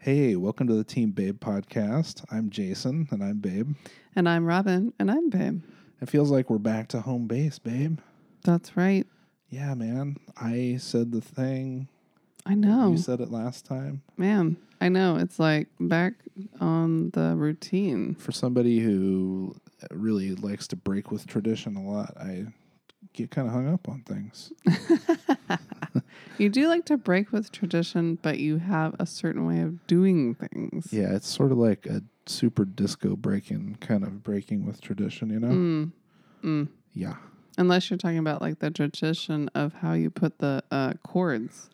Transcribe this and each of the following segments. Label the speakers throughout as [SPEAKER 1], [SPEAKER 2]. [SPEAKER 1] Hey, welcome to the Team Babe podcast. I'm Jason and I'm Babe.
[SPEAKER 2] And I'm Robin, and I'm Babe.
[SPEAKER 1] It feels like we're back to home base, Babe.
[SPEAKER 2] That's right.
[SPEAKER 1] Yeah, man. I said the thing.
[SPEAKER 2] I know.
[SPEAKER 1] You said it last time.
[SPEAKER 2] Man, I know. It's like back on the routine.
[SPEAKER 1] For somebody who really likes to break with tradition a lot, I get kind of hung up on things.
[SPEAKER 2] You do like to break with tradition, but you have a certain way of doing things.
[SPEAKER 1] Yeah, it's sort of like a super disco breaking kind of breaking with tradition, you know?
[SPEAKER 2] Mm. Mm.
[SPEAKER 1] Yeah.
[SPEAKER 2] Unless you're talking about like the tradition of how you put the uh, chords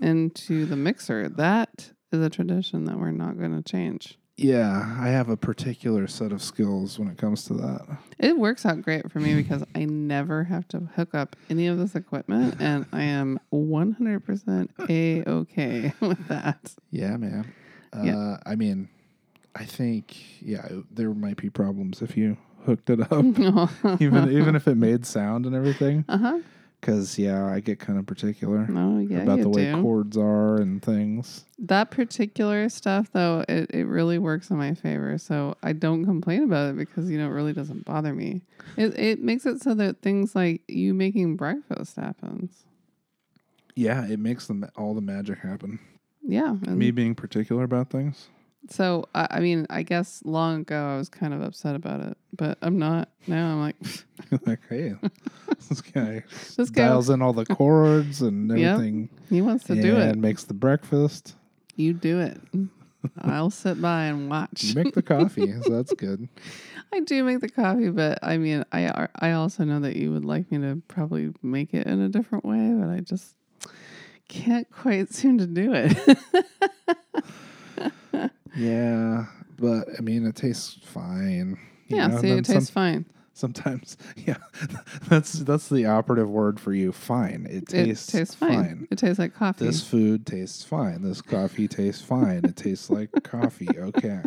[SPEAKER 2] into the mixer. That is a tradition that we're not going to change.
[SPEAKER 1] Yeah, I have a particular set of skills when it comes to that.
[SPEAKER 2] It works out great for me because I never have to hook up any of this equipment, and I am 100% a okay with that.
[SPEAKER 1] Yeah, man. Uh,
[SPEAKER 2] Yeah.
[SPEAKER 1] I mean, I think yeah, it- there might be problems if you hooked it up,
[SPEAKER 2] Uh-huh.
[SPEAKER 1] even even if it made sound and everything.
[SPEAKER 2] uh huh.
[SPEAKER 1] Because yeah, I get kind of particular
[SPEAKER 2] Oh yeah,
[SPEAKER 1] about
[SPEAKER 2] you
[SPEAKER 1] the way
[SPEAKER 2] do.
[SPEAKER 1] chords are and things.
[SPEAKER 2] that particular stuff, though, it, it really works in my favor. So I don't complain about it because you know it really doesn't bother me. It it makes it so that things like you making breakfast happens.
[SPEAKER 1] Yeah, it makes them all the magic happen.
[SPEAKER 2] Yeah, and
[SPEAKER 1] Me being particular about things.
[SPEAKER 2] So I, I mean, I guess long ago I was kind of upset about it, but I'm not now. I'm like,
[SPEAKER 1] like, hey, this guy
[SPEAKER 2] This guy-
[SPEAKER 1] dials in all the chords and
[SPEAKER 2] Yep.
[SPEAKER 1] everything,
[SPEAKER 2] he wants to
[SPEAKER 1] and
[SPEAKER 2] do it.
[SPEAKER 1] makes the breakfast.
[SPEAKER 2] You do it. I'll sit by and watch.
[SPEAKER 1] You make the coffee, so that's good.
[SPEAKER 2] I do make the coffee, but I mean, I ar- I also know that you would like me to probably make it in a different way, but I just can't quite seem to do it.
[SPEAKER 1] Yeah, but I mean, it tastes fine. you
[SPEAKER 2] yeah,
[SPEAKER 1] know, and
[SPEAKER 2] see,
[SPEAKER 1] then
[SPEAKER 2] it tastes
[SPEAKER 1] some-
[SPEAKER 2] fine.
[SPEAKER 1] sometimes, yeah, that's that's the operative word for you. Fine, it
[SPEAKER 2] It
[SPEAKER 1] tastes,
[SPEAKER 2] tastes fine. It tastes like coffee.
[SPEAKER 1] This food tastes fine. This coffee tastes fine. It tastes like coffee. Okay,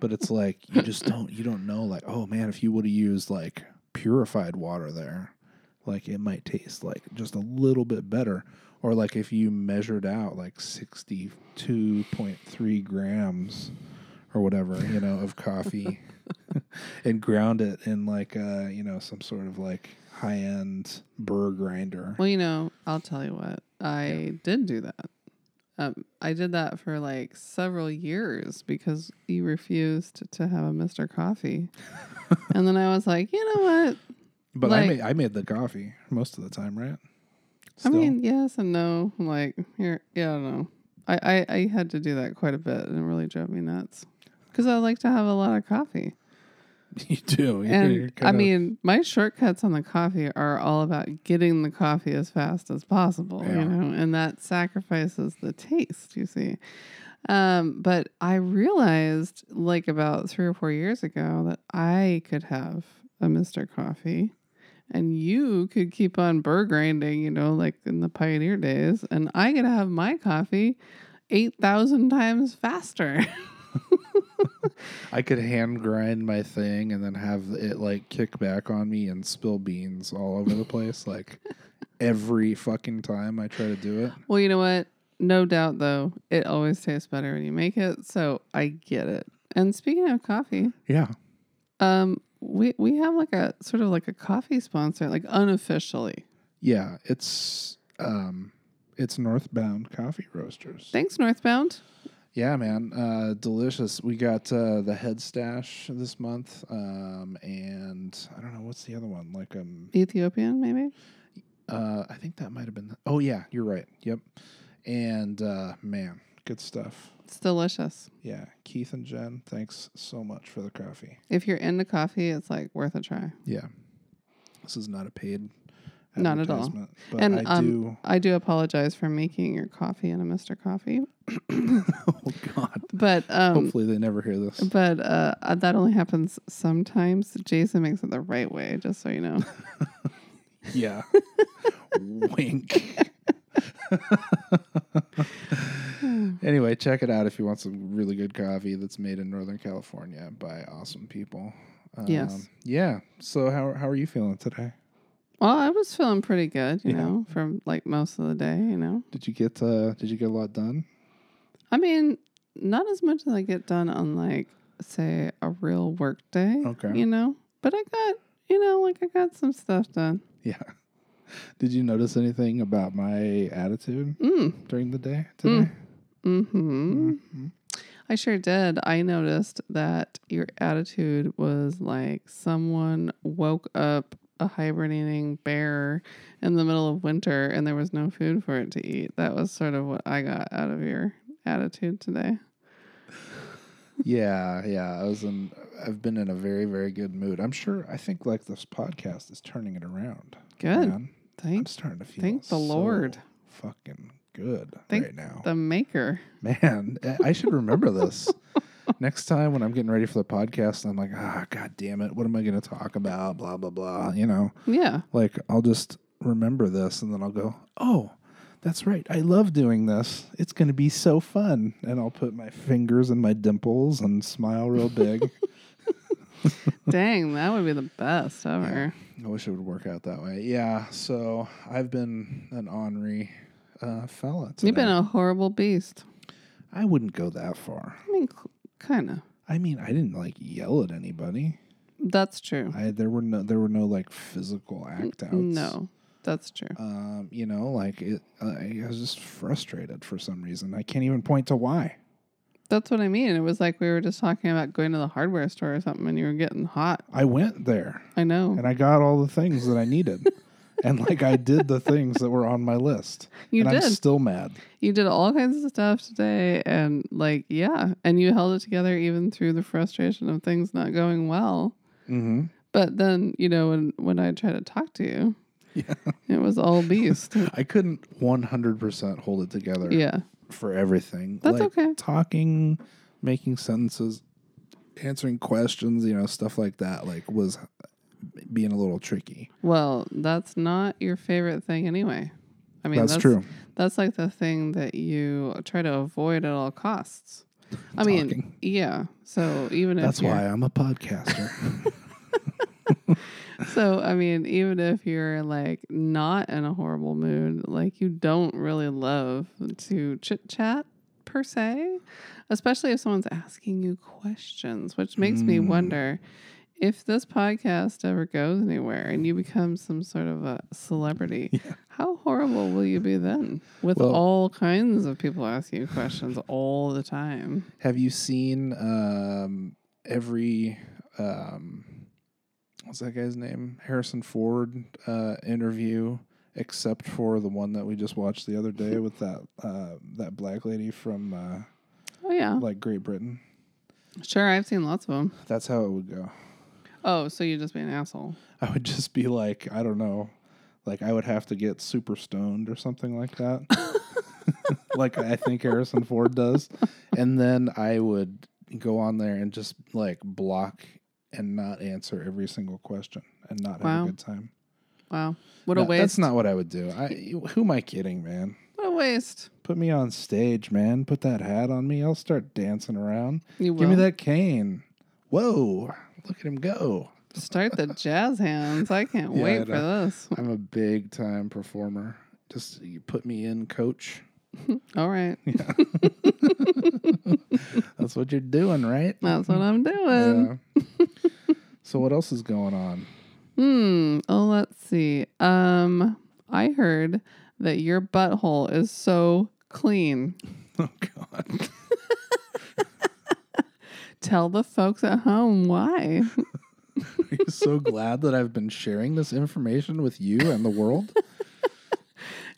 [SPEAKER 1] but it's like you just don't you don't know. Like, oh man, if you would have used like purified water there, like it might taste like just a little bit better. Or like if you measured out like sixty two point three grams or whatever, you know, of coffee and ground it in like uh, you know, some sort of like high end burr grinder.
[SPEAKER 2] Well, you know, I'll tell you what. I did do that. Um, I did that for like several years because you refused to have a Mr. Coffee. and then I was like, you know what?
[SPEAKER 1] But I
[SPEAKER 2] Like-
[SPEAKER 1] made I made the coffee most of the time, right? Still.
[SPEAKER 2] I mean, yes and no. I'm like, here, yeah, I don't know. I, I, I had to do that quite a bit and it really drove me nuts because I like to have a lot of coffee.
[SPEAKER 1] Oh, you do. You're- you're
[SPEAKER 2] And I
[SPEAKER 1] kinda-
[SPEAKER 2] mean, my shortcuts on the coffee are all about getting the coffee as fast as possible,
[SPEAKER 1] Yeah.
[SPEAKER 2] you know, and that sacrifices the taste, you see. Um, but I realized like about three or four years ago that I could have a Mr. Coffee and you could keep on burr grinding, you know, like in the pioneer days, and I could have my coffee 8,000 times faster.
[SPEAKER 1] I could hand grind my thing and then have it like kick back on me and spill beans all over the place, like every fucking time I try to do it.
[SPEAKER 2] Well, you know what? No doubt, though, it always tastes better when you make it. So I get it. And speaking of coffee,
[SPEAKER 1] Yeah.
[SPEAKER 2] um, we we have like a sort of like a coffee sponsor, like unofficially.
[SPEAKER 1] Yeah. It's um it's northbound coffee roasters.
[SPEAKER 2] Thanks, Northbound.
[SPEAKER 1] Yeah, man. Uh, delicious. We got uh, the head stash this month. Um, and I don't know what's the other one. Like um
[SPEAKER 2] Ethiopian, maybe.
[SPEAKER 1] Uh, I think that might have been. oh yeah, you're right. Yep. And uh, man, good stuff.
[SPEAKER 2] It's delicious.
[SPEAKER 1] Yeah, Keith and Jen, thanks so much for the coffee.
[SPEAKER 2] If you're into coffee, it's like worth a try.
[SPEAKER 1] Yeah, this is not a paid.
[SPEAKER 2] Not at all.
[SPEAKER 1] advertisement, But
[SPEAKER 2] And,
[SPEAKER 1] I
[SPEAKER 2] um,
[SPEAKER 1] do.
[SPEAKER 2] I do apologize for making your coffee in a Mr. Coffee,
[SPEAKER 1] Oh God.
[SPEAKER 2] but um,
[SPEAKER 1] Hopefully they never hear this.
[SPEAKER 2] but uh, uh, that only happens sometimes. Jason makes it the right way, just so you know.
[SPEAKER 1] Yeah. Wink. anyway, check it out if you want some really good coffee that's made in Northern California by awesome people. Um,
[SPEAKER 2] Yes.
[SPEAKER 1] Yeah. So how how are you feeling today?
[SPEAKER 2] Well, I was feeling pretty good, you
[SPEAKER 1] Yeah.
[SPEAKER 2] know, from like most of the day, you know.
[SPEAKER 1] Did you get uh, Did you get a lot done?
[SPEAKER 2] I mean, not as much as I get done on like say a real work day.
[SPEAKER 1] Okay.
[SPEAKER 2] You know, but I got you know like I got some stuff done.
[SPEAKER 1] Yeah. Did you notice anything about my attitude
[SPEAKER 2] Mm.
[SPEAKER 1] during the day today?
[SPEAKER 2] Hmm.
[SPEAKER 1] Mhm.
[SPEAKER 2] I sure did. I noticed that your attitude was like someone woke up a hibernating bear in the middle of winter and there was no food for it to eat. That was sort of what I got out of your attitude today.
[SPEAKER 1] Yeah, yeah. I was in. I've been in a very, very good mood. I'm sure. I think like this podcast is turning it around.
[SPEAKER 2] Good.
[SPEAKER 1] man. I'm
[SPEAKER 2] Thank
[SPEAKER 1] starting to feel.
[SPEAKER 2] thank the
[SPEAKER 1] so
[SPEAKER 2] Lord.
[SPEAKER 1] Fucking good
[SPEAKER 2] Thank
[SPEAKER 1] right now,
[SPEAKER 2] the maker.
[SPEAKER 1] man. I- I should remember this. Next time when I'm getting ready for the podcast, and I'm like, ah, god damn it, what am I going to talk about? Blah blah blah. You know,
[SPEAKER 2] Yeah.
[SPEAKER 1] like I'll just remember this, and then I'll go, oh. That's right. I love doing this. It's going to be so fun. And I'll put my fingers in my dimples and smile real big.
[SPEAKER 2] Dang, that would be the best ever.
[SPEAKER 1] I wish it would work out that way. Yeah. So I've been an ornery uh, fella. Today.
[SPEAKER 2] You've been a horrible beast.
[SPEAKER 1] I wouldn't go that far.
[SPEAKER 2] I mean, kind of.
[SPEAKER 1] I mean, I didn't like yell at anybody.
[SPEAKER 2] That's true.
[SPEAKER 1] I there were no there were no like physical act outs.
[SPEAKER 2] No, that's true.
[SPEAKER 1] Um, you know, like it, I was just frustrated for some reason. I can't even point to why.
[SPEAKER 2] That's what I mean. It was like we were just talking about going to the hardware store or something and you were getting hot.
[SPEAKER 1] I went there
[SPEAKER 2] I know.
[SPEAKER 1] and I got all the things that I needed. and like I did the things that were on my list.
[SPEAKER 2] You
[SPEAKER 1] and
[SPEAKER 2] did.
[SPEAKER 1] I'm still mad.
[SPEAKER 2] you did all kinds of stuff today and like yeah, and you held it together even through the frustration of things not going well.
[SPEAKER 1] Mm-hmm.
[SPEAKER 2] But then, you know, when when I tried to talk to you,
[SPEAKER 1] Yeah.
[SPEAKER 2] it was all beast.
[SPEAKER 1] I couldn't 100% hold it together.
[SPEAKER 2] yeah.
[SPEAKER 1] for everything.
[SPEAKER 2] That's
[SPEAKER 1] like
[SPEAKER 2] okay.
[SPEAKER 1] Talking, making sentences, answering questions, you know, stuff like that, like was being a little tricky.
[SPEAKER 2] Well, that's not your favorite thing anyway. I mean,
[SPEAKER 1] that's, true.
[SPEAKER 2] That's like the thing that you try to avoid at all costs. I mean,
[SPEAKER 1] Talking.
[SPEAKER 2] yeah. So even
[SPEAKER 1] That's
[SPEAKER 2] if you're-
[SPEAKER 1] why I'm a podcaster.
[SPEAKER 2] So, I mean, even if you're like not in a horrible mood, like you don't really love to chit chat per se, especially if someone's asking you questions, which makes me
[SPEAKER 1] Mm.
[SPEAKER 2] wonder if this podcast ever goes anywhere and you become some sort of a celebrity, how horrible will you be then with
[SPEAKER 1] Well-
[SPEAKER 2] all kinds of people asking you questions all the time?
[SPEAKER 1] Have you seen um, every. Um, What's that guy's name? Harrison Ford uh, interview, except for the one that we just watched the other day with that uh, that black lady from uh,
[SPEAKER 2] Oh, yeah.
[SPEAKER 1] like Great Britain.
[SPEAKER 2] Sure, I've seen lots of them.
[SPEAKER 1] That's how it would go.
[SPEAKER 2] Oh, so you just be an asshole.
[SPEAKER 1] I would just be like, I don't know, like I would have to get super stoned or something like that. like I think Harrison Ford does. And then I would go on there and just like block and not answer every single question and not have
[SPEAKER 2] Wow.
[SPEAKER 1] a good time.
[SPEAKER 2] Wow. What a
[SPEAKER 1] No,
[SPEAKER 2] waste.
[SPEAKER 1] That's not what I would do. I who am I kidding, man?
[SPEAKER 2] What a waste.
[SPEAKER 1] Put me on stage, man. Put that hat on me. I'll start dancing around.
[SPEAKER 2] You will.
[SPEAKER 1] Give me that cane. Whoa. Look at him go.
[SPEAKER 2] Start the jazz hands. I can't
[SPEAKER 1] Yeah,
[SPEAKER 2] wait
[SPEAKER 1] I
[SPEAKER 2] for
[SPEAKER 1] know.
[SPEAKER 2] this.
[SPEAKER 1] I'm a big time performer. Just you put me in, coach.
[SPEAKER 2] All right.
[SPEAKER 1] That's what you're doing, right?
[SPEAKER 2] That's what I'm doing.
[SPEAKER 1] Yeah. so what else is going on?
[SPEAKER 2] Hmm. Oh, let's see. Um, I heard that your butthole is so clean.
[SPEAKER 1] Oh God.
[SPEAKER 2] Tell the folks at home why.
[SPEAKER 1] Are you so glad that I've been sharing this information with you and the world?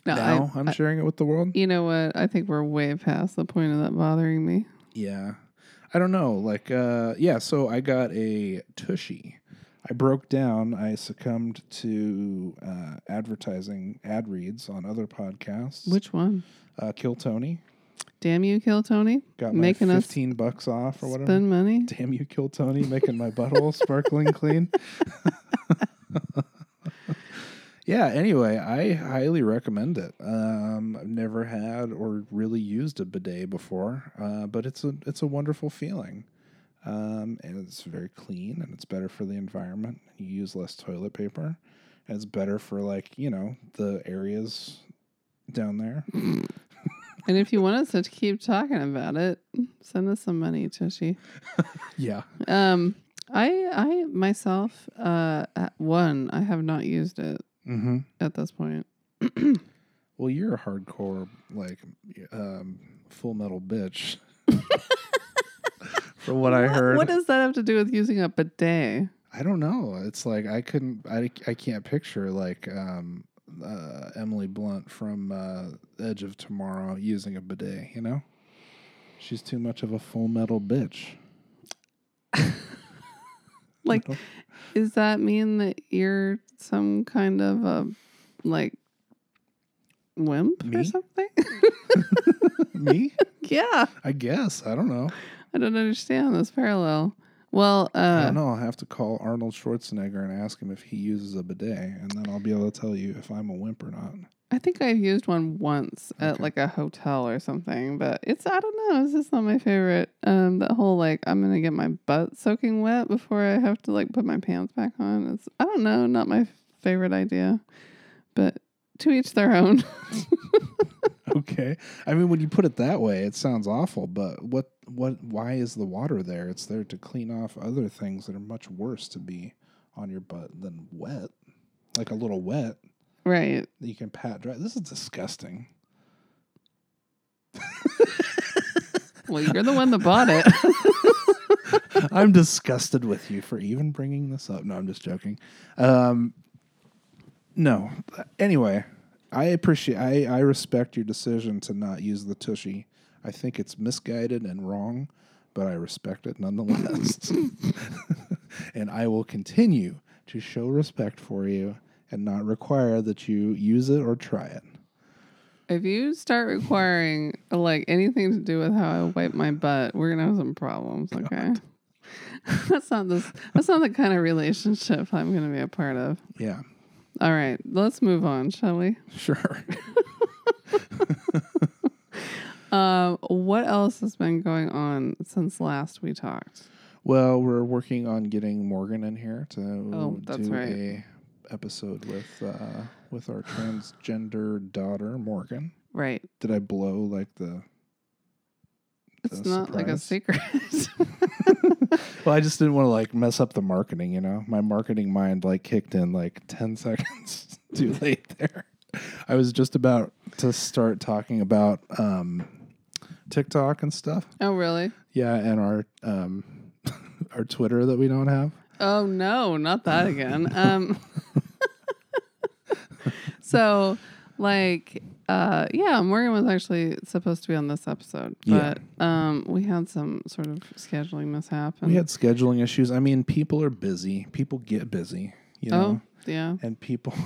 [SPEAKER 2] No,
[SPEAKER 1] now I, am sharing it with the world?
[SPEAKER 2] I, you know what? I think we're way past the point of that bothering me.
[SPEAKER 1] Yeah. I don't know. Like uh yeah, so I got a tushy. I broke down, I succumbed to uh, advertising ad reads on other podcasts.
[SPEAKER 2] Which one?
[SPEAKER 1] uh, Kill Tony.
[SPEAKER 2] Damn you, kill Tony.
[SPEAKER 1] Got my
[SPEAKER 2] Making us
[SPEAKER 1] 15 bucks off or whatever.
[SPEAKER 2] spend money.
[SPEAKER 1] Damn you, Kill Tony, making my butthole sparkling clean. yeah, anyway, I highly recommend it. Um, I've never had or really used a bidet before, uh, but it's a it's a wonderful feeling. Um, and it's very clean and it's better for the environment. You use less toilet paper. And it's better for like, you know, the areas down there.
[SPEAKER 2] And if you want us to keep talking about it, send us some money, Tushy.
[SPEAKER 1] Yeah.
[SPEAKER 2] Um, I I myself uh at one I have not used it
[SPEAKER 1] Mm-hmm.
[SPEAKER 2] at this point.
[SPEAKER 1] Well, you're a hardcore like um, full metal bitch. From what, I heard,
[SPEAKER 2] What does that have to do with using a bidet?
[SPEAKER 1] I don't know. It's like I couldn't. I, I can't picture like um, uh, Emily Blunt from uh, Edge of Tomorrow using a bidet. You know, she's too much of a full metal bitch.
[SPEAKER 2] Like,
[SPEAKER 1] No.
[SPEAKER 2] does that mean that you're some kind of a like wimp
[SPEAKER 1] Me?
[SPEAKER 2] or something?
[SPEAKER 1] me?
[SPEAKER 2] yeah,
[SPEAKER 1] I guess. I don't know.
[SPEAKER 2] I don't understand this parallel. Well,
[SPEAKER 1] I
[SPEAKER 2] uh,
[SPEAKER 1] don't know. I'll have to call Arnold Schwarzenegger and ask him if he uses a bidet, and then I'll be able to tell you if I'm a wimp or not.
[SPEAKER 2] I think I've used one once at
[SPEAKER 1] Okay.
[SPEAKER 2] like a hotel or something, but it's I don't know. It's just not my favorite. Um, that whole like I'm gonna get my butt soaking wet before I have to like put my pants back on. It's I don't know, not my favorite idea, but to each their own.
[SPEAKER 1] Okay. I mean, when you put it that way, it sounds awful. But what? What? Why is the water there? It's there to clean off other things that are much worse to be on your butt than wet, like a little wet
[SPEAKER 2] right.
[SPEAKER 1] that you can pat dry. This is disgusting.
[SPEAKER 2] Well, you're the one that bought it.
[SPEAKER 1] I'm disgusted with you for even bringing this up. No, I'm just joking. Um, no. Anyway, I appreciate. I I respect your decision to not use the tushy. I think it's misguided and wrong, but I respect it nonetheless. and I will continue to show respect for you and not require that you use it or try it.
[SPEAKER 2] if you start requiring like anything to do with how I wipe my butt, we're gonna have some problems. Okay. that's not this. That's not the kind of relationship I'm gonna be a part of.
[SPEAKER 1] Yeah,
[SPEAKER 2] All right, let's move on, shall we?
[SPEAKER 1] sure.
[SPEAKER 2] Um, what else has been going on since last we talked?
[SPEAKER 1] Well, we're working on getting Morgan in here to
[SPEAKER 2] Oh, that's
[SPEAKER 1] do
[SPEAKER 2] right.
[SPEAKER 1] a episode with uh, with our transgender daughter Morgan.
[SPEAKER 2] Right,
[SPEAKER 1] Did I blow like the?
[SPEAKER 2] it's
[SPEAKER 1] The
[SPEAKER 2] not like a
[SPEAKER 1] surprise?
[SPEAKER 2] secret.
[SPEAKER 1] Well, I just didn't want to like mess up the marketing. You know, my marketing mind like kicked in like ten seconds too late there. I was just about to start talking about um, TikTok and stuff.
[SPEAKER 2] oh, really?
[SPEAKER 1] Yeah, and our um, our Twitter that we don't have.
[SPEAKER 2] Oh no, not that again. Um, so, like, uh, yeah, Morgan was actually supposed to be on this episode,
[SPEAKER 1] Yeah.
[SPEAKER 2] but um, we had some sort of scheduling mishap. And,
[SPEAKER 1] We had scheduling issues. I mean, people are busy. People get busy, you
[SPEAKER 2] oh,
[SPEAKER 1] know,
[SPEAKER 2] yeah.
[SPEAKER 1] and people.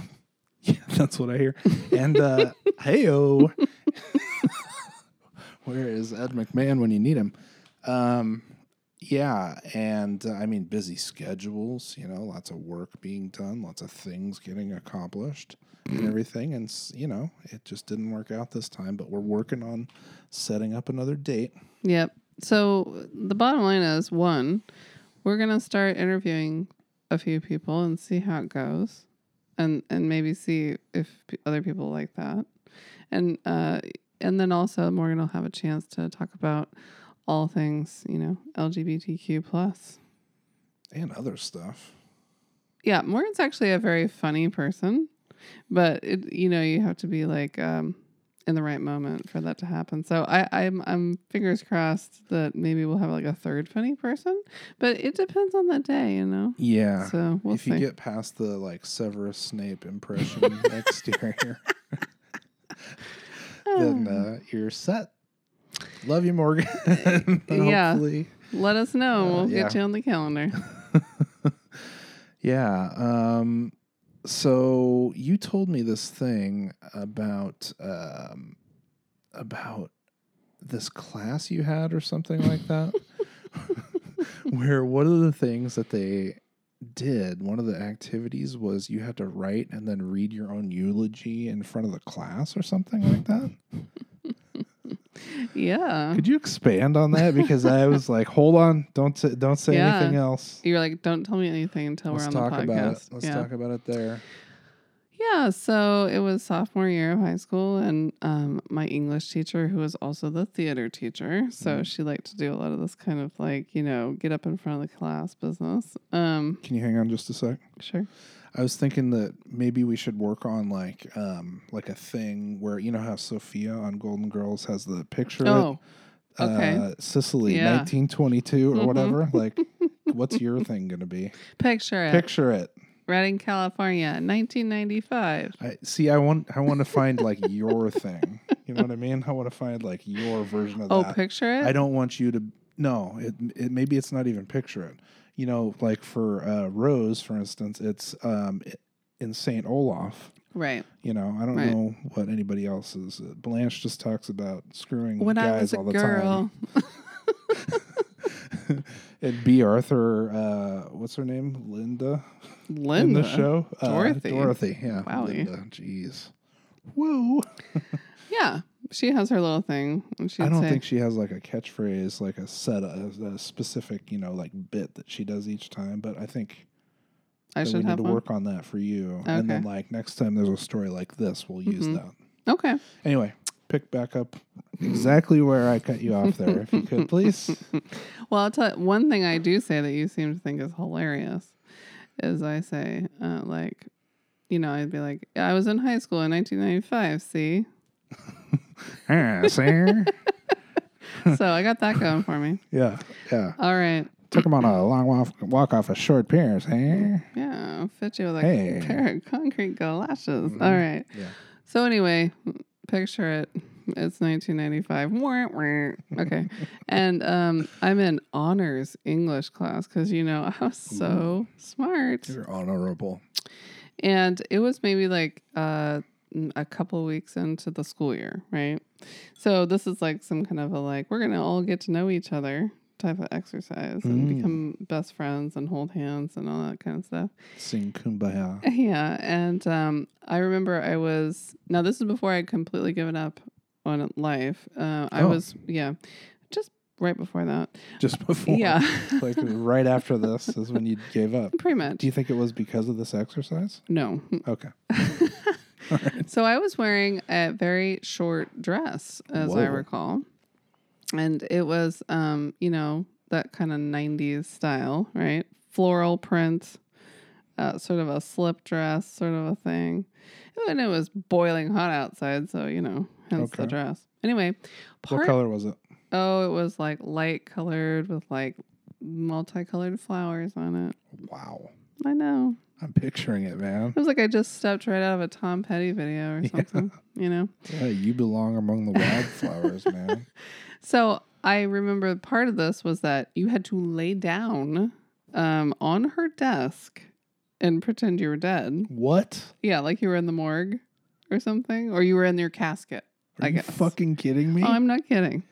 [SPEAKER 1] Yeah, that's what I hear. And uh, heyo, where is Ed McMahon when you need him? Um, yeah, and uh, I mean, busy schedules. You know, lots of work being done, lots of things getting accomplished, and everything. And s- you know, it just didn't work out this time. But we're working on setting up another date.
[SPEAKER 2] Yep. So the bottom line is one, we're gonna start interviewing a few people and see how it goes, and and maybe see if p- other people like that, and uh, and then also Morgan will have a chance to talk about all things you know LGBTQ plus.
[SPEAKER 1] And other stuff.
[SPEAKER 2] Yeah, Morgan's actually a very funny person, but it, you know you have to be like um, in the right moment for that to happen. So I, I'm I'm fingers crossed that maybe we'll have like a third funny person, but it depends on the day, you know.
[SPEAKER 1] Yeah.
[SPEAKER 2] So we'll
[SPEAKER 1] if
[SPEAKER 2] see.
[SPEAKER 1] you get past the like Severus Snape impression exterior, then
[SPEAKER 2] Ah,
[SPEAKER 1] uh, you're set. Love you, Morgan. And
[SPEAKER 2] Yeah.
[SPEAKER 1] Hopefully.
[SPEAKER 2] Let us know.
[SPEAKER 1] uh,
[SPEAKER 2] we'll get
[SPEAKER 1] yeah.
[SPEAKER 2] you on the calendar.
[SPEAKER 1] Yeah. Um, so you told me this thing about um, about this class you had or something like that, where one of the things that they did, one of the activities was you had to write and then read your own eulogy in front of the class or something like that.
[SPEAKER 2] yeah.
[SPEAKER 1] Could you expand on that? Because I was like, hold on, don't say, don't say
[SPEAKER 2] Yeah.
[SPEAKER 1] anything else.
[SPEAKER 2] You, are like, don't tell me anything until
[SPEAKER 1] Let's
[SPEAKER 2] we're on
[SPEAKER 1] talk
[SPEAKER 2] the podcast.
[SPEAKER 1] about it. Let's
[SPEAKER 2] yeah.
[SPEAKER 1] talk about it there.
[SPEAKER 2] Yeah, so it was sophomore year of high school, and um, my English teacher, who was also the theater teacher, so
[SPEAKER 1] Mhm.
[SPEAKER 2] she liked to do a lot of this kind of like you know get up in front of the class business. Um,
[SPEAKER 1] Can you hang on just a sec?
[SPEAKER 2] sure.
[SPEAKER 1] I was thinking that maybe we should work on like um like a thing where you know how Sophia on Golden Girls has the picture
[SPEAKER 2] Oh, okay.
[SPEAKER 1] uh Sicily
[SPEAKER 2] Yeah.
[SPEAKER 1] 1922 or
[SPEAKER 2] Mhm.
[SPEAKER 1] whatever like what's your thing going to be?
[SPEAKER 2] picture it.
[SPEAKER 1] Picture it.
[SPEAKER 2] Redding, California, 1995.
[SPEAKER 1] I see I want I want to find like your thing. You know what I mean? I want to find like your version of
[SPEAKER 2] Oh,
[SPEAKER 1] that.
[SPEAKER 2] picture it.
[SPEAKER 1] I don't want you to no, it, it maybe it's not even picture it. You know, like for uh Rose for instance, it's um in St. Olaf.
[SPEAKER 2] right.
[SPEAKER 1] You know, I don't
[SPEAKER 2] Right.
[SPEAKER 1] know what anybody else is. uh, Blanche just talks about screwing
[SPEAKER 2] When
[SPEAKER 1] guys
[SPEAKER 2] I was a
[SPEAKER 1] all the
[SPEAKER 2] girl,
[SPEAKER 1] time. and B. Arthur, uh, what's her name? Linda,
[SPEAKER 2] Linda.
[SPEAKER 1] in the show.
[SPEAKER 2] Dorothy.
[SPEAKER 1] Uh, Dorothy, yeah.
[SPEAKER 2] Wowie.
[SPEAKER 1] Linda, jeez. Whoa.
[SPEAKER 2] Yeah, she has her little thing. And she'd
[SPEAKER 1] I don't
[SPEAKER 2] say,
[SPEAKER 1] think she has like a catchphrase, like a set, a, a specific, you know, like bit that she does each time. But I think
[SPEAKER 2] I
[SPEAKER 1] that
[SPEAKER 2] should
[SPEAKER 1] we need
[SPEAKER 2] have
[SPEAKER 1] to
[SPEAKER 2] one.
[SPEAKER 1] work on that for you. And then,
[SPEAKER 2] Okay.
[SPEAKER 1] like, next time there's a story like this, we'll use
[SPEAKER 2] Mhm.
[SPEAKER 1] that.
[SPEAKER 2] Okay.
[SPEAKER 1] Anyway, pick back up exactly where I cut you off there, if you could, please.
[SPEAKER 2] Well, I'll tell you, one thing I do say that you seem to think is hilarious is I say, uh, like, you know, I'd be like, I was in high school in 1995, see?
[SPEAKER 1] Ah, sir.
[SPEAKER 2] so I got that going for me.
[SPEAKER 1] Yeah, yeah.
[SPEAKER 2] All right.
[SPEAKER 1] Took him on a long walk, walk off a short piers, eh?
[SPEAKER 2] Yeah, I'll fit you with a
[SPEAKER 1] Hey.
[SPEAKER 2] pair of concrete galoshes.
[SPEAKER 1] Mhm.
[SPEAKER 2] All right.
[SPEAKER 1] Yeah.
[SPEAKER 2] So anyway, picture it. It's 1995. Wah, wah. Okay. and um, I'm in honors English class because, you know, I was so smart.
[SPEAKER 1] You're honorable.
[SPEAKER 2] And it was maybe like uh, mm, a couple weeks into the school year, right? So this is like some kind of a like, we're going to all get to know each other type of exercise and
[SPEAKER 1] Mm.
[SPEAKER 2] become best friends and hold hands and all that kind of stuff.
[SPEAKER 1] Sing kumbaya.
[SPEAKER 2] Yeah, and um, I remember I was now this is before I had completely given up on life. Uh, I
[SPEAKER 1] Oh.
[SPEAKER 2] was yeah, just right before that.
[SPEAKER 1] Just before.
[SPEAKER 2] Yeah,
[SPEAKER 1] like right after this is when you gave up.
[SPEAKER 2] pretty much.
[SPEAKER 1] Do you think it was because of this exercise?
[SPEAKER 2] No,
[SPEAKER 1] Okay.
[SPEAKER 2] so I was wearing a very short dress, as I
[SPEAKER 1] Whoa.
[SPEAKER 2] recall, and it was um, you know that kind of '90s style, right? Floral print. Uh, sort of a slip dress, sort of a thing. And it was boiling hot outside, so you know, hence the
[SPEAKER 1] Okay.
[SPEAKER 2] dress. Anyway,
[SPEAKER 1] What
[SPEAKER 2] part
[SPEAKER 1] color was it?
[SPEAKER 2] Oh, it was like light colored with like multicolored flowers on it.
[SPEAKER 1] Wow.
[SPEAKER 2] I know.
[SPEAKER 1] I'm picturing it, man.
[SPEAKER 2] It was like I just stepped right out of a Tom Petty video or
[SPEAKER 1] Yeah.
[SPEAKER 2] something, you know?
[SPEAKER 1] Yeah, you belong among the wildflowers, man.
[SPEAKER 2] So I remember part of this was that you had to lay down um, on her desk and pretend you were dead.
[SPEAKER 1] What?
[SPEAKER 2] Yeah, like you were in the morgue or something, or you were in your casket.
[SPEAKER 1] Are
[SPEAKER 2] I
[SPEAKER 1] you
[SPEAKER 2] guess.
[SPEAKER 1] fucking kidding me?
[SPEAKER 2] Oh, I'm not kidding.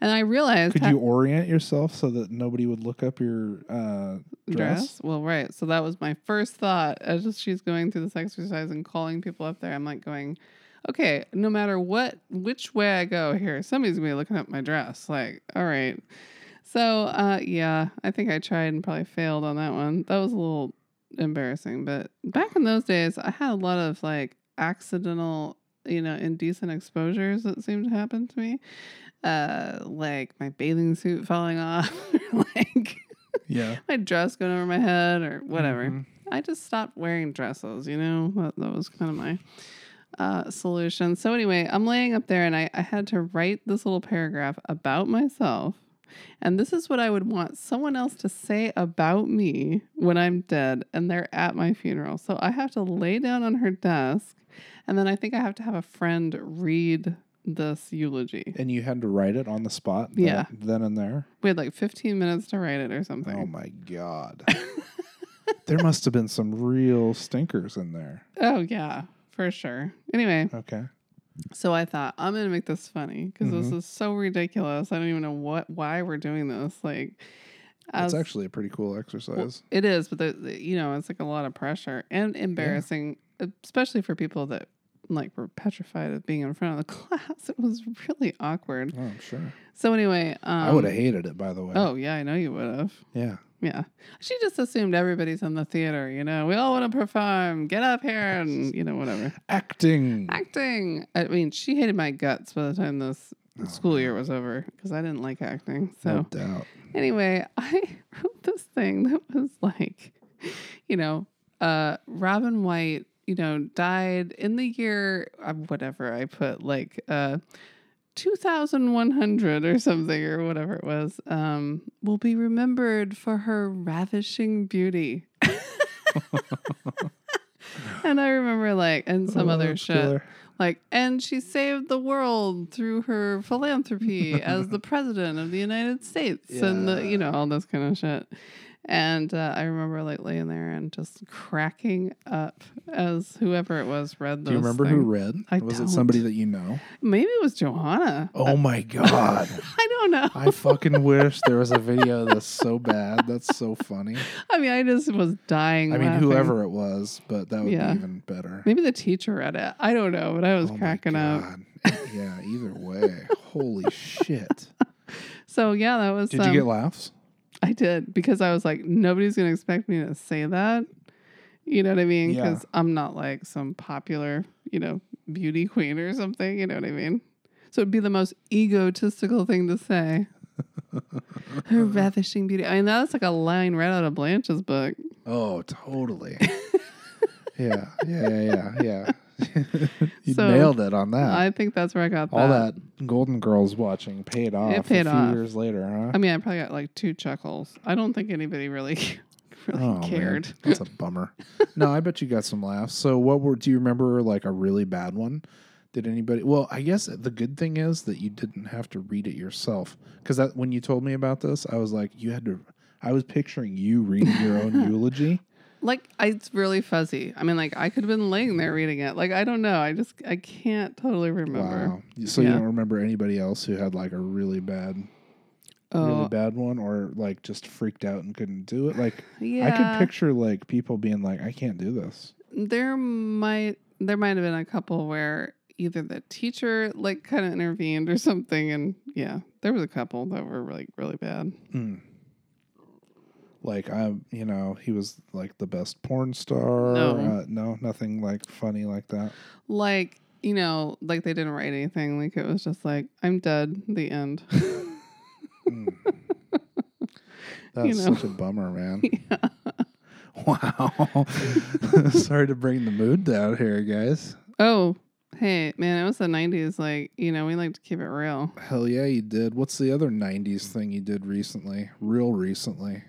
[SPEAKER 2] And I realized
[SPEAKER 1] Could
[SPEAKER 2] ha-
[SPEAKER 1] you orient yourself so that nobody would look up your uh
[SPEAKER 2] dress?
[SPEAKER 1] dress?
[SPEAKER 2] Well, right. So that was my first thought as just she's going through this exercise and calling people up there. I'm like going, okay, no matter what, which way I go here, somebody's gonna be looking up my dress. Like, all right. So, uh, yeah, I think I tried and probably failed on that one. That was a little embarrassing, but back in those days, I had a lot of like accidental, you know, indecent exposures that seemed to happen to me, uh, like my bathing suit falling off, like
[SPEAKER 1] Yeah.
[SPEAKER 2] my dress going over my head or whatever.
[SPEAKER 1] Mhm.
[SPEAKER 2] I just stopped wearing dresses, you know? That, that was kind of my uh, solution. So, anyway, I'm laying up there and I, I had to write this little paragraph about myself. And this is what I would want someone else to say about me when I'm dead and they're at my funeral. So, I have to lay down on her desk and then I think I have to have a friend read this eulogy.
[SPEAKER 1] And you had to write it on the spot.
[SPEAKER 2] Yeah.
[SPEAKER 1] Then, then and there.
[SPEAKER 2] We had like 15 minutes to write it or something.
[SPEAKER 1] Oh my god. there must have been some real stinkers in there.
[SPEAKER 2] Oh, yeah, for sure. Anyway,
[SPEAKER 1] Okay.
[SPEAKER 2] so I thought I'm gonna make this funny because
[SPEAKER 1] Mhm.
[SPEAKER 2] this is so ridiculous. I don't even know what why we're doing this. Like,
[SPEAKER 1] That's
[SPEAKER 2] as-
[SPEAKER 1] actually a pretty cool
[SPEAKER 2] well,
[SPEAKER 1] exercise.
[SPEAKER 2] it is, but the, the- you know, it's like a lot of pressure and embarrassing, uh, especially for people that like were petrified of being in front of the class. It was really awkward.
[SPEAKER 1] oh, I'm sure.
[SPEAKER 2] So anyway, um,
[SPEAKER 1] I would have hated it by the way.
[SPEAKER 2] Oh yeah, I know you would have.
[SPEAKER 1] Yeah.
[SPEAKER 2] Yeah. She just assumed everybody's in the theater, you know. We all want to perform. Get up here and, you know, whatever.
[SPEAKER 1] Acting.
[SPEAKER 2] Acting. I mean, she hated my guts by the time this
[SPEAKER 1] Oh,
[SPEAKER 2] school year was over because I didn't like acting. So,
[SPEAKER 1] No doubt.
[SPEAKER 2] anyway, I wrote this thing that was like, you know, uh, Robin White, you know, died in the year, uh, whatever I put, like uh, 2100 or something or whatever it was, um, will be remembered for her ravishing beauty. and I remember like, and some
[SPEAKER 1] Oh,
[SPEAKER 2] other
[SPEAKER 1] that's
[SPEAKER 2] shit.
[SPEAKER 1] killer.
[SPEAKER 2] Like, and she saved the world through her philanthropy as the president of the United States, and the you know all this kind of shit. And uh, I remember like laying there and just cracking up as whoever it was read. This
[SPEAKER 1] Do you remember who
[SPEAKER 2] thing.
[SPEAKER 1] read?
[SPEAKER 2] I
[SPEAKER 1] was
[SPEAKER 2] don't.
[SPEAKER 1] it somebody that you know?
[SPEAKER 2] Maybe it was Johanna.
[SPEAKER 1] Oh my god.
[SPEAKER 2] I don't know.
[SPEAKER 1] I fucking wish there was a video that's so bad. That's so funny.
[SPEAKER 2] I mean, I just was dying.
[SPEAKER 1] I mean,
[SPEAKER 2] laughing.
[SPEAKER 1] whoever it was, but that would
[SPEAKER 2] Yeah.
[SPEAKER 1] be even better.
[SPEAKER 2] Maybe the teacher read it. I don't know, but I was
[SPEAKER 1] Oh my
[SPEAKER 2] cracking up.
[SPEAKER 1] God. Yeah, either way. Holy shit.
[SPEAKER 2] So yeah, that was.
[SPEAKER 1] Did
[SPEAKER 2] um,
[SPEAKER 1] you get laughs?
[SPEAKER 2] I did because I was like, nobody's going to expect me to say that. You know what I mean?
[SPEAKER 1] Yeah.
[SPEAKER 2] Because I'm not like some popular, you know, beauty queen or something. You know what I mean? So it'd be the most egotistical thing to say. Her ravishing beauty. I mean, that's like a line right out of Blanche's book.
[SPEAKER 1] Oh, totally. yeah, yeah, yeah, yeah, yeah. you
[SPEAKER 2] So,
[SPEAKER 1] nailed it on that.
[SPEAKER 2] I think that's where I got
[SPEAKER 1] All that Golden Girls watching paid off
[SPEAKER 2] paid
[SPEAKER 1] a few
[SPEAKER 2] off.
[SPEAKER 1] years later, huh?
[SPEAKER 2] I mean, I probably got like two chuckles. I don't think anybody really, really
[SPEAKER 1] Oh, man,
[SPEAKER 2] cared.
[SPEAKER 1] that's a bummer. no, I bet you got some laughs. So, what were? Do you remember like a really bad one? Did anybody? Well, I guess the good thing is that you didn't have to read it yourself. Because that when you told me about this, I was like, you had to. I was picturing you reading your own eulogy.
[SPEAKER 2] like I, it's really fuzzy i mean like i could have been laying there reading it like i don't know i just i can't totally remember
[SPEAKER 1] Wow. So
[SPEAKER 2] Yeah.
[SPEAKER 1] you don't remember anybody else who had like a really bad, really
[SPEAKER 2] oh
[SPEAKER 1] bad one, or like just freaked out and couldn't do it. Like
[SPEAKER 2] yeah
[SPEAKER 1] I could picture like people being like, I can't do this.
[SPEAKER 2] there might there might have been a couple where either the teacher like kind of intervened or something and yeah there was a couple that were like really bad
[SPEAKER 1] Mm. Like I'm, you know, he was like the best porn star.
[SPEAKER 2] No.
[SPEAKER 1] uh, no nothing like funny like that.
[SPEAKER 2] like you know like they didn't write anything like it was just like i'm dead the end
[SPEAKER 1] Mm. That's
[SPEAKER 2] know.
[SPEAKER 1] such a bummer, man.
[SPEAKER 2] yeah
[SPEAKER 1] Wow. Sorry to bring the mood down here, guys.
[SPEAKER 2] oh hey man it was the 90s like you know we like to keep it real
[SPEAKER 1] Hell yeah, you did. What's the other '90s thing you did recently? Real recently?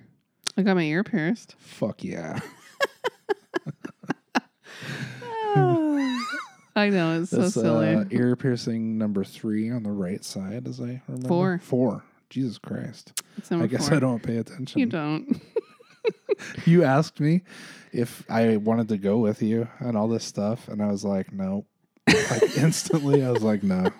[SPEAKER 2] i got my ear pierced
[SPEAKER 1] Fuck yeah.
[SPEAKER 2] I know it's so
[SPEAKER 1] That's
[SPEAKER 2] silly.
[SPEAKER 1] Uh, ear piercing number three on the right side, as I remember.
[SPEAKER 2] Four.
[SPEAKER 1] Four. Jesus Christ.
[SPEAKER 2] it's number
[SPEAKER 1] I guess
[SPEAKER 2] four.
[SPEAKER 1] I don't pay attention.
[SPEAKER 2] You don't.
[SPEAKER 1] you asked me if I wanted to go with you and all this stuff, and I was like, no. Like instantly, I was like, no.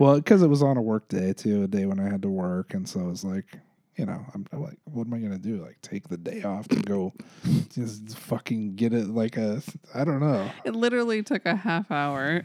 [SPEAKER 1] Well, because it was on a work day too, a day when I had to work, and so it was like, you know, I'm, I'm like, what am I gonna do? Like, take the day off to go, just fucking get it like a, I don't know.
[SPEAKER 2] It literally took a half hour.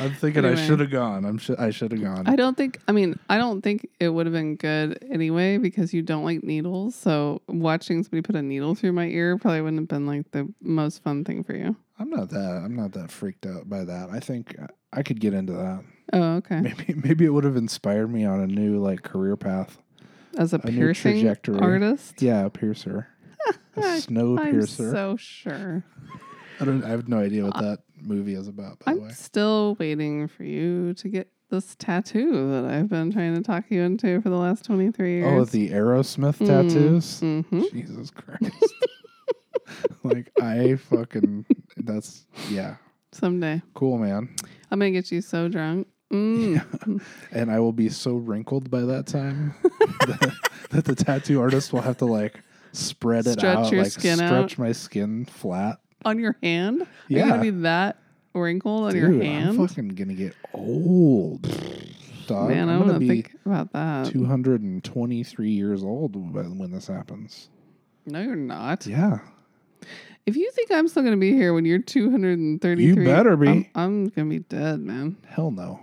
[SPEAKER 1] I'm thinking I
[SPEAKER 2] Anyway.
[SPEAKER 1] should have gone. I'm sh- I should have gone.
[SPEAKER 2] I don't think. I mean, I don't think it would have been good anyway because you don't like needles. So watching somebody put a needle through my ear probably wouldn't have been like the most fun thing for you.
[SPEAKER 1] I'm not that. I'm not that freaked out by that. I think I could get into that.
[SPEAKER 2] Oh, okay.
[SPEAKER 1] Maybe maybe it would have inspired me on a new like career path.
[SPEAKER 2] As a,
[SPEAKER 1] A new
[SPEAKER 2] piercing
[SPEAKER 1] trajectory.
[SPEAKER 2] artist,
[SPEAKER 1] Yeah, a piercer, a snow
[SPEAKER 2] I'm
[SPEAKER 1] piercer.
[SPEAKER 2] so sure.
[SPEAKER 1] I don't. I have no idea what that movie is about. By the
[SPEAKER 2] I'm
[SPEAKER 1] way,
[SPEAKER 2] still waiting for you to get this tattoo that I've been trying to talk you into for the last 23 years.
[SPEAKER 1] oh, with the Aerosmith
[SPEAKER 2] Mm,
[SPEAKER 1] tattoos.
[SPEAKER 2] hmm
[SPEAKER 1] Jesus Christ! like I fucking. That's yeah.
[SPEAKER 2] Someday.
[SPEAKER 1] Cool, man.
[SPEAKER 2] I'm going to get you so drunk. Mm.
[SPEAKER 1] And I will be so wrinkled by that time that, that the tattoo artist will have to like spread it
[SPEAKER 2] Stretch
[SPEAKER 1] out,
[SPEAKER 2] your
[SPEAKER 1] like
[SPEAKER 2] skin out.
[SPEAKER 1] stretch my skin flat.
[SPEAKER 2] On your hand? You're
[SPEAKER 1] Yeah,
[SPEAKER 2] going to be that wrinkled on
[SPEAKER 1] dude,
[SPEAKER 2] your
[SPEAKER 1] I'm
[SPEAKER 2] hand?
[SPEAKER 1] fucking gonna get old, dog.
[SPEAKER 2] Man, I
[SPEAKER 1] I'm
[SPEAKER 2] want
[SPEAKER 1] gonna
[SPEAKER 2] to
[SPEAKER 1] be
[SPEAKER 2] think about that.
[SPEAKER 1] 223 years old by- when this happens.
[SPEAKER 2] No, you're not.
[SPEAKER 1] Yeah,
[SPEAKER 2] If you think I'm still going to be here when you're 233,
[SPEAKER 1] You better be.
[SPEAKER 2] I'm, I'm going to be dead, man.
[SPEAKER 1] hell no.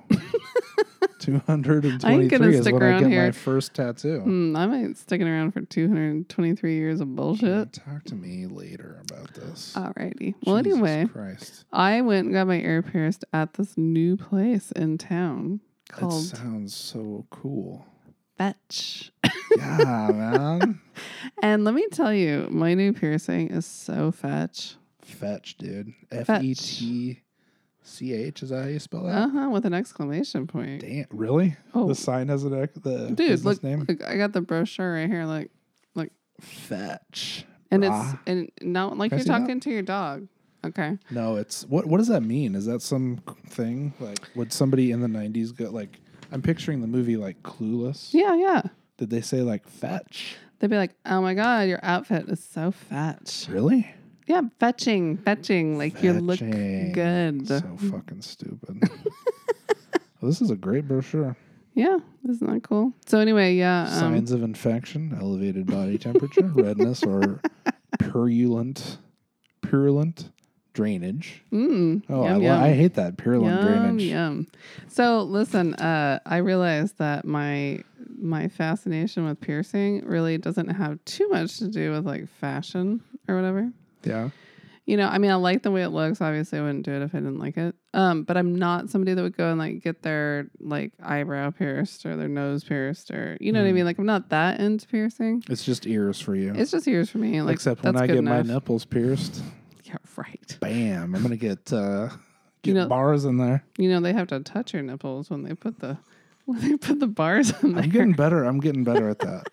[SPEAKER 1] 223 is
[SPEAKER 2] stick
[SPEAKER 1] when I
[SPEAKER 2] around
[SPEAKER 1] get my
[SPEAKER 2] here.
[SPEAKER 1] first tattoo.
[SPEAKER 2] Hmm, I might sticking around for 223 years of bullshit.
[SPEAKER 1] Talk to me later about this.
[SPEAKER 2] Alrighty. Uh, Well,
[SPEAKER 1] Jesus
[SPEAKER 2] anyway,
[SPEAKER 1] Christ.
[SPEAKER 2] I went and got my ear pierced at this new place in town
[SPEAKER 1] That
[SPEAKER 2] called
[SPEAKER 1] sounds so cool.
[SPEAKER 2] Fetch.
[SPEAKER 1] Yeah, man.
[SPEAKER 2] And let me tell you, my new piercing is so fetch.
[SPEAKER 1] Fetch, dude. F E T C H. Is that how you spell that?
[SPEAKER 2] Uh huh. With an exclamation point.
[SPEAKER 1] Damn. Really?
[SPEAKER 2] Oh,
[SPEAKER 1] The sign has an ec- the
[SPEAKER 2] dude!
[SPEAKER 1] business
[SPEAKER 2] Look,
[SPEAKER 1] name.
[SPEAKER 2] look, I got the brochure right here. Look,
[SPEAKER 1] Fetch.
[SPEAKER 2] and it's
[SPEAKER 1] Brah.
[SPEAKER 2] and not like
[SPEAKER 1] Can I
[SPEAKER 2] you're
[SPEAKER 1] see that?
[SPEAKER 2] talking to your dog. Okay.
[SPEAKER 1] No, it's what? What does that mean? Is that some thing? Like, would somebody in the '90s go like? I'm picturing the movie like Clueless.
[SPEAKER 2] Yeah, yeah.
[SPEAKER 1] Did they say like fetch?
[SPEAKER 2] They'd be like, "Oh my god, your outfit is so fetch."
[SPEAKER 1] Really?
[SPEAKER 2] Yeah, fetching, fetching. Like you look
[SPEAKER 1] Fetching.
[SPEAKER 2] good.
[SPEAKER 1] So fucking stupid. Well, this is a great brochure.
[SPEAKER 2] yeah, isn't that cool? So anyway, yeah. Um,
[SPEAKER 1] Signs of infection, elevated body temperature, redness, or purulent, purulent drainage.
[SPEAKER 2] mm,
[SPEAKER 1] Oh,
[SPEAKER 2] yum,
[SPEAKER 1] I, lo-
[SPEAKER 2] yum.
[SPEAKER 1] I hate that purulent
[SPEAKER 2] Yum,
[SPEAKER 1] drainage.
[SPEAKER 2] yum. So listen, uh, I realized that my my fascination with piercing really doesn't have too much to do with like fashion or whatever.
[SPEAKER 1] Yeah.
[SPEAKER 2] You know, I mean, I like the way it looks. Obviously, I wouldn't do it if I didn't like it. Um, but I'm not somebody that would go and like get their like eyebrow pierced or their nose pierced or you know what I
[SPEAKER 1] Mm.
[SPEAKER 2] mean. Like I'm not that into piercing.
[SPEAKER 1] It's just ears for you.
[SPEAKER 2] It's just ears for me. Like
[SPEAKER 1] Except
[SPEAKER 2] that's
[SPEAKER 1] when I
[SPEAKER 2] good
[SPEAKER 1] get
[SPEAKER 2] enough.
[SPEAKER 1] my nipples pierced,
[SPEAKER 2] Yeah, right.
[SPEAKER 1] bam! I'm gonna get uh, get
[SPEAKER 2] You know-
[SPEAKER 1] bars in there.
[SPEAKER 2] You know, they have to touch your nipples when they put the when they put the bars on there.
[SPEAKER 1] I'm getting better. I'm getting better at that.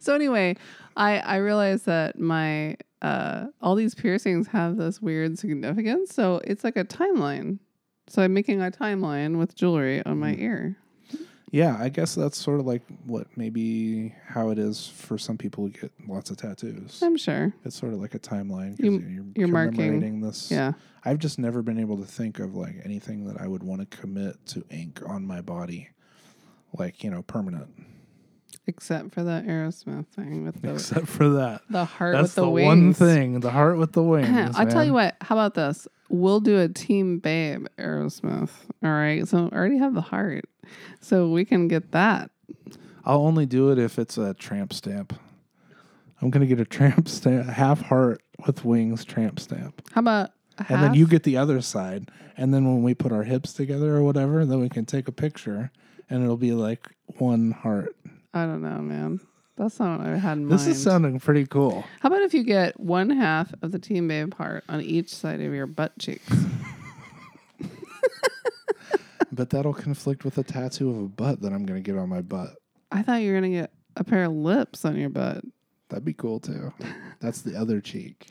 [SPEAKER 2] So anyway, I I realized that my uh all these piercings have this weird significance. So it's like a timeline. So I'm making a timeline with jewelry on
[SPEAKER 1] Mm.
[SPEAKER 2] my ear.
[SPEAKER 1] Yeah, I guess that's sort of like what maybe how it is for some people who get lots of tattoos.
[SPEAKER 2] I'm sure.
[SPEAKER 1] It's sort of like a timeline because
[SPEAKER 2] Um, You-
[SPEAKER 1] you're,
[SPEAKER 2] you're marking-
[SPEAKER 1] commemorating this.
[SPEAKER 2] Yeah.
[SPEAKER 1] I've just never been able to think of like anything that I would want to commit to ink on my body, like you know, permanent.
[SPEAKER 2] Except for the Aerosmith thing with the
[SPEAKER 1] Except for that.
[SPEAKER 2] the heart
[SPEAKER 1] That's
[SPEAKER 2] with the,
[SPEAKER 1] the,
[SPEAKER 2] wings.
[SPEAKER 1] one thing. The heart with the wings.
[SPEAKER 2] I'll tell you
[SPEAKER 1] man.
[SPEAKER 2] what, how about this? We'll do a team babe Aerosmith. All right. So I already have the heart. So we can get that.
[SPEAKER 1] I'll only do it if it's a tramp stamp. I'm gonna get a tramp stamp, half heart with wings tramp stamp.
[SPEAKER 2] How about half?
[SPEAKER 1] And then you get the other side. And then when we put our hips together or whatever, then we can take a picture and it'll be like one heart.
[SPEAKER 2] I don't know, man. That's not what I had in
[SPEAKER 1] This
[SPEAKER 2] mind.
[SPEAKER 1] is sounding pretty cool.
[SPEAKER 2] How about if you get one half of the Team Babe heart on each side of your butt cheeks?
[SPEAKER 1] But that'll conflict with a tattoo of a butt that I'm going to get on my butt.
[SPEAKER 2] I thought you were gonna get a pair of lips on your butt.
[SPEAKER 1] That'd be cool too. That's the other cheek.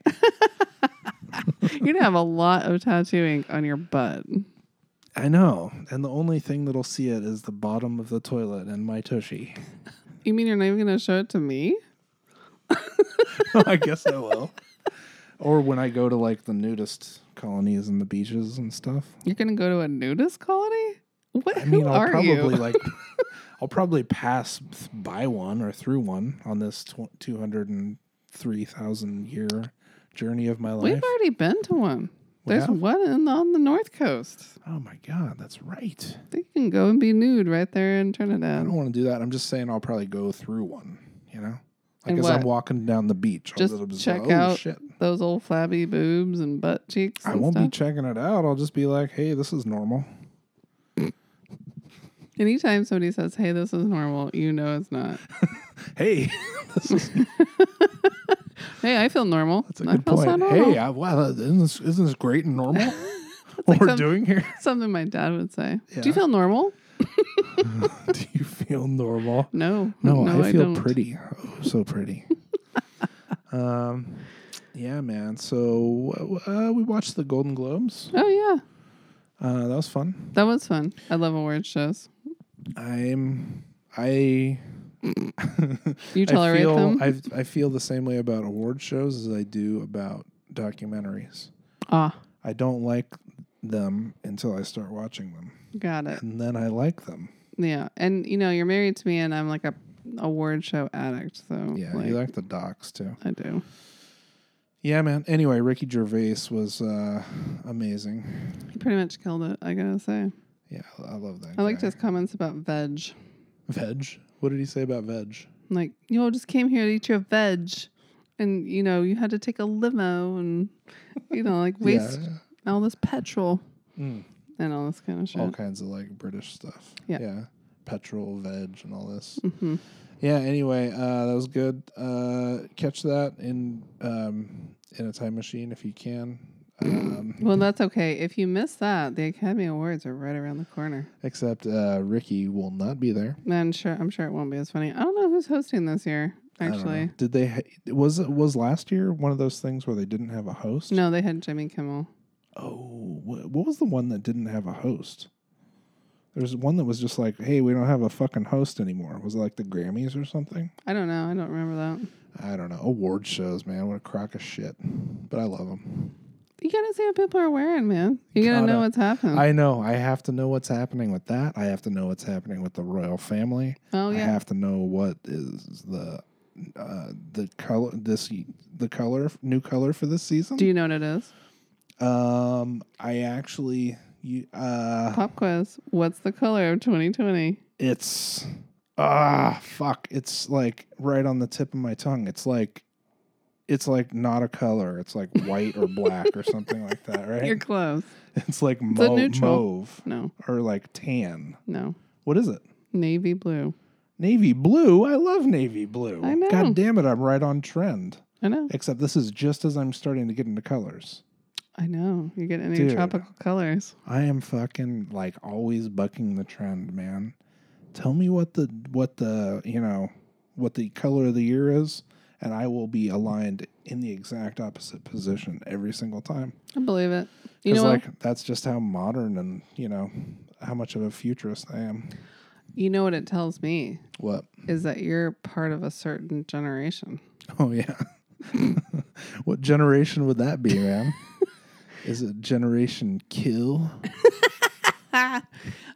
[SPEAKER 2] You're gonna have a lot of tattooing on your butt.
[SPEAKER 1] I know. And the only thing that'll see it is the bottom of the toilet and my tushy.
[SPEAKER 2] You mean you're not even gonna show it to me?
[SPEAKER 1] I guess I will. Or when I go to like the nudist colonies and the beaches and stuff.
[SPEAKER 2] You're gonna go to a nudist colony? What?
[SPEAKER 1] I mean,
[SPEAKER 2] who
[SPEAKER 1] I'll
[SPEAKER 2] are
[SPEAKER 1] probably
[SPEAKER 2] you?
[SPEAKER 1] like, I'll probably pass th- by one or through one on this tw- two hundred and three thousand year journey of my life.
[SPEAKER 2] We've already been to one.
[SPEAKER 1] We
[SPEAKER 2] There's
[SPEAKER 1] have?
[SPEAKER 2] one in, on the north coast.
[SPEAKER 1] oh my god, that's right.
[SPEAKER 2] I think you can go and be nude right there in
[SPEAKER 1] I don't
[SPEAKER 2] Trinidad.
[SPEAKER 1] want to do that. I'm just saying I'll probably go through one. You know, like
[SPEAKER 2] And
[SPEAKER 1] as I'm
[SPEAKER 2] what?
[SPEAKER 1] walking down the beach, I'll
[SPEAKER 2] Just check
[SPEAKER 1] oh,
[SPEAKER 2] out
[SPEAKER 1] Shit.
[SPEAKER 2] Those old flabby boobs and butt cheeks.
[SPEAKER 1] I
[SPEAKER 2] and
[SPEAKER 1] won't be
[SPEAKER 2] stuff.
[SPEAKER 1] checking it out. I'll just be like, hey, this is normal.
[SPEAKER 2] Anytime somebody says, "Hey, this is normal," you know it's not.
[SPEAKER 1] Hey, this is,
[SPEAKER 2] Hey, I feel normal.
[SPEAKER 1] that's a
[SPEAKER 2] I
[SPEAKER 1] good
[SPEAKER 2] feel so
[SPEAKER 1] point.
[SPEAKER 2] normal.
[SPEAKER 1] hey, I, wow, isn't this, isn't this great and normal? what
[SPEAKER 2] like
[SPEAKER 1] we're
[SPEAKER 2] some-
[SPEAKER 1] doing here?
[SPEAKER 2] Something my dad would say. Do
[SPEAKER 1] Yeah.
[SPEAKER 2] you feel normal?
[SPEAKER 1] Do you feel normal?
[SPEAKER 2] No.
[SPEAKER 1] No, I, feel
[SPEAKER 2] don't.
[SPEAKER 1] pretty. Oh, so pretty. um, yeah, man. So uh, we watched the Golden Globes.
[SPEAKER 2] Oh yeah,
[SPEAKER 1] Uh, that was fun.
[SPEAKER 2] that was fun. I love award shows.
[SPEAKER 1] I'm I.
[SPEAKER 2] You tolerate
[SPEAKER 1] I feel,
[SPEAKER 2] them?
[SPEAKER 1] I've, I feel the same way about award shows as I do about documentaries.
[SPEAKER 2] Ah,
[SPEAKER 1] I don't like them until I start watching them,
[SPEAKER 2] got it.
[SPEAKER 1] and then I like them.
[SPEAKER 2] Yeah, and you know you're married to me, and I'm like a award show addict. So
[SPEAKER 1] Yeah,
[SPEAKER 2] like,
[SPEAKER 1] you like the docs too.
[SPEAKER 2] I do.
[SPEAKER 1] Yeah, man. Anyway, Ricky Gervais was uh, amazing.
[SPEAKER 2] He pretty much killed it. I gotta say.
[SPEAKER 1] Yeah, I love that.
[SPEAKER 2] I liked
[SPEAKER 1] guy.
[SPEAKER 2] his comments about veg.
[SPEAKER 1] veg. What did he say about veg?
[SPEAKER 2] Like, you all just came here to eat your veg. And, you know, you had to take a limo and, you know, like waste
[SPEAKER 1] Yeah.
[SPEAKER 2] all this petrol
[SPEAKER 1] Mm.
[SPEAKER 2] and all this kind of shit.
[SPEAKER 1] all kinds of like British stuff.
[SPEAKER 2] Yeah.
[SPEAKER 1] Petrol, veg, and all this.
[SPEAKER 2] hmm
[SPEAKER 1] Yeah. Anyway, uh, that was good. Uh, catch that in um, in a time machine if you can. Um,
[SPEAKER 2] Well, that's okay. If you miss that, the Academy Awards are right around the corner.
[SPEAKER 1] except uh, Ricky will not be there.
[SPEAKER 2] And I'm sure, I'm sure it won't be as funny. I don't know who's hosting this year,
[SPEAKER 1] I don't
[SPEAKER 2] actually.
[SPEAKER 1] know. did they ha- was it was last year one of those things where they didn't have a host?
[SPEAKER 2] No, they had Jimmy Kimmel.
[SPEAKER 1] Oh, what, what was the one that didn't have a host? There's one that was just like, hey, we don't have a fucking host anymore. Was it like the Grammys or something?
[SPEAKER 2] I don't know. I don't remember that.
[SPEAKER 1] I don't know. Award shows, man. What a crock of shit. But I love them.
[SPEAKER 2] You gotta see what people are wearing, man. You gotta
[SPEAKER 1] Gotta.
[SPEAKER 2] know what's happening.
[SPEAKER 1] I know. I have to know what's happening with that. I have to know what's happening with the royal family.
[SPEAKER 2] oh
[SPEAKER 1] I
[SPEAKER 2] yeah.
[SPEAKER 1] have to know what is the uh, the color this the color new color for this season.
[SPEAKER 2] Do you know what it is?
[SPEAKER 1] um, I actually you uh
[SPEAKER 2] Pop quiz. What's the color of 2020?
[SPEAKER 1] it's ah fuck it's like right on the tip of my tongue it's like it's like not a color it's like white or black or something like that right
[SPEAKER 2] You're close.
[SPEAKER 1] it's like
[SPEAKER 2] a
[SPEAKER 1] mo-
[SPEAKER 2] neutral.
[SPEAKER 1] mauve
[SPEAKER 2] No,
[SPEAKER 1] or like tan
[SPEAKER 2] no.
[SPEAKER 1] what is it
[SPEAKER 2] Navy blue.
[SPEAKER 1] navy blue i love navy blue
[SPEAKER 2] I know.
[SPEAKER 1] god damn it i'm right on trend
[SPEAKER 2] I know.
[SPEAKER 1] except this is just as i'm starting to get into colors
[SPEAKER 2] I know. You're getting into
[SPEAKER 1] Dude.
[SPEAKER 2] your tropical colors.
[SPEAKER 1] i am fucking like always bucking the trend man tell me what the what the you know what the color of the year is and i will be aligned in the exact opposite position every single time
[SPEAKER 2] I believe it. You
[SPEAKER 1] because
[SPEAKER 2] know, what,
[SPEAKER 1] like that's just how modern and you know how much of a futurist i am
[SPEAKER 2] you know what it tells me
[SPEAKER 1] what
[SPEAKER 2] is that you're part of a certain generation.
[SPEAKER 1] oh yeah what generation would that be man is it generation kill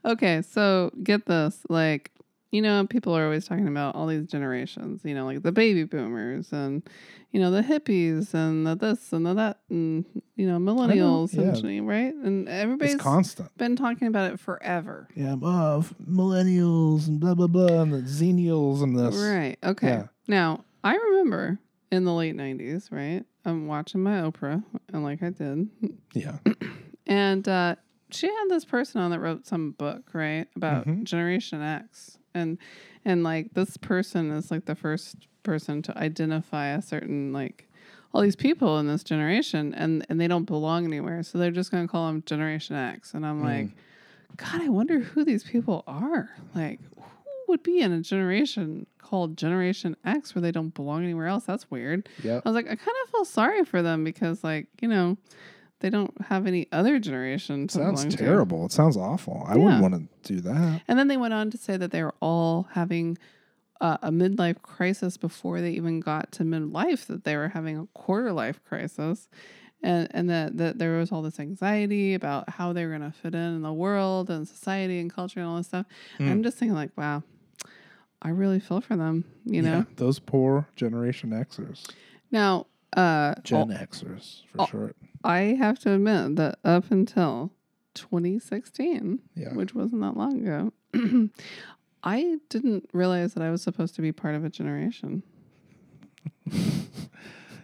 [SPEAKER 2] okay, so get this. Like, you know, people are always talking about all these generations, you know, like the baby boomers and, you know, the hippies and the this and the that and, you know, millennials,
[SPEAKER 1] yeah.
[SPEAKER 2] and, E, right? And everybody's
[SPEAKER 1] it's constant
[SPEAKER 2] been talking about it forever.
[SPEAKER 1] yeah I'm off millennials and blah blah blah and the xenials and this
[SPEAKER 2] Right. Okay.
[SPEAKER 1] Yeah.
[SPEAKER 2] Now, I remember in the late 90s, right? I'm watching my Oprah, and like I did.
[SPEAKER 1] yeah
[SPEAKER 2] And uh, she had this person on that wrote some book, right? About
[SPEAKER 1] Mhm.
[SPEAKER 2] Generation X. And and like this person is like the first person to identify a certain like all these people in this generation and and they don't belong anywhere. So they're just going to call them Generation X. And I'm like, god, I wonder who these people are. Like who would be in a generation called Generation X where they don't belong anywhere else? That's weird.
[SPEAKER 1] yep
[SPEAKER 2] I was like, I kind of feel sorry for them because, like, you know, they don't have any other generation. To
[SPEAKER 1] Sounds
[SPEAKER 2] belong to.
[SPEAKER 1] terrible. It sounds awful. I
[SPEAKER 2] Yeah.
[SPEAKER 1] wouldn't want to do that.
[SPEAKER 2] And then they went on to say that they were all having uh, a midlife crisis before they even got to midlife. That they were having a quarter life crisis, and and that that there was all this anxiety about how they were going to fit in in the world and society and culture and all this stuff.
[SPEAKER 1] Mm.
[SPEAKER 2] I'm just thinking, like, wow, I really feel for them. You know.
[SPEAKER 1] Yeah, those poor Generation Xers,
[SPEAKER 2] Now, uh,
[SPEAKER 1] Gen Xers for
[SPEAKER 2] Oh.
[SPEAKER 1] short.
[SPEAKER 2] I have to admit that up until 2016,
[SPEAKER 1] Yeah,
[SPEAKER 2] which wasn't that long ago, I didn't realize that I was supposed to be part of a generation.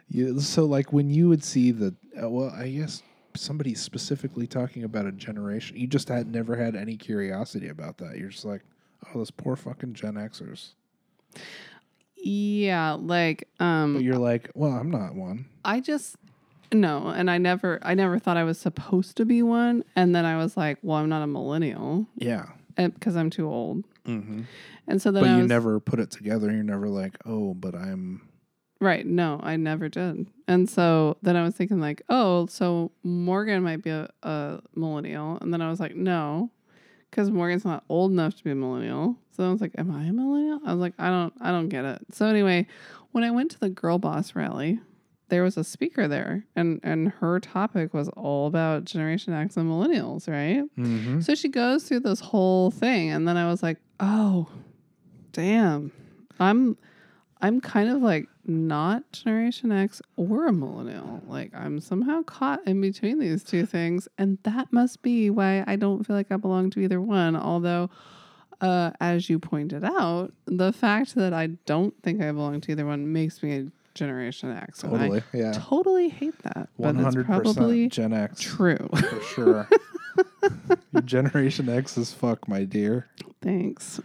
[SPEAKER 1] Yeah, so like when you would see the uh, well, I guess somebody specifically talking about a generation, you just had never had any curiosity about that. You're just like, oh, those poor fucking Gen Xers.
[SPEAKER 2] Yeah, like
[SPEAKER 1] But
[SPEAKER 2] um
[SPEAKER 1] you're like, well, I'm not one.
[SPEAKER 2] I just no, and I never I never thought I was supposed to be one and then I was like, well, I'm not a millennial
[SPEAKER 1] Yeah.
[SPEAKER 2] because I'm too old.
[SPEAKER 1] Mm-hmm.
[SPEAKER 2] And so then
[SPEAKER 1] But
[SPEAKER 2] I
[SPEAKER 1] you
[SPEAKER 2] was,
[SPEAKER 1] never put it together. You're never like, oh, but I'm.
[SPEAKER 2] Right. No, I never did. And so then I was thinking like, oh, so Morgan might be a, a millennial. And then I was like, no, because Morgan's not old enough to be a millennial. So I was like, am I a millennial? I was like, I don't, I don't get it. So anyway, when I went to the Girl Boss rally, there was a speaker there, and and her topic was all about Generation X and millennials, right?
[SPEAKER 1] Mm-hmm.
[SPEAKER 2] So she goes through this whole thing, and then I was like, "Oh, damn, I'm, I'm kind of like not Generation X or a millennial. Like I'm somehow caught in between these two things, and that must be why I don't feel like I belong to either one. Although, uh, as you pointed out, the fact that I don't think I belong to either one makes me a Generation X. and
[SPEAKER 1] Totally.
[SPEAKER 2] I
[SPEAKER 1] Yeah.
[SPEAKER 2] totally hate that.
[SPEAKER 1] One
[SPEAKER 2] But it's
[SPEAKER 1] hundred
[SPEAKER 2] probably
[SPEAKER 1] percent Gen X
[SPEAKER 2] true.
[SPEAKER 1] for sure. Your Generation X is fuck, my dear.
[SPEAKER 2] Thanks.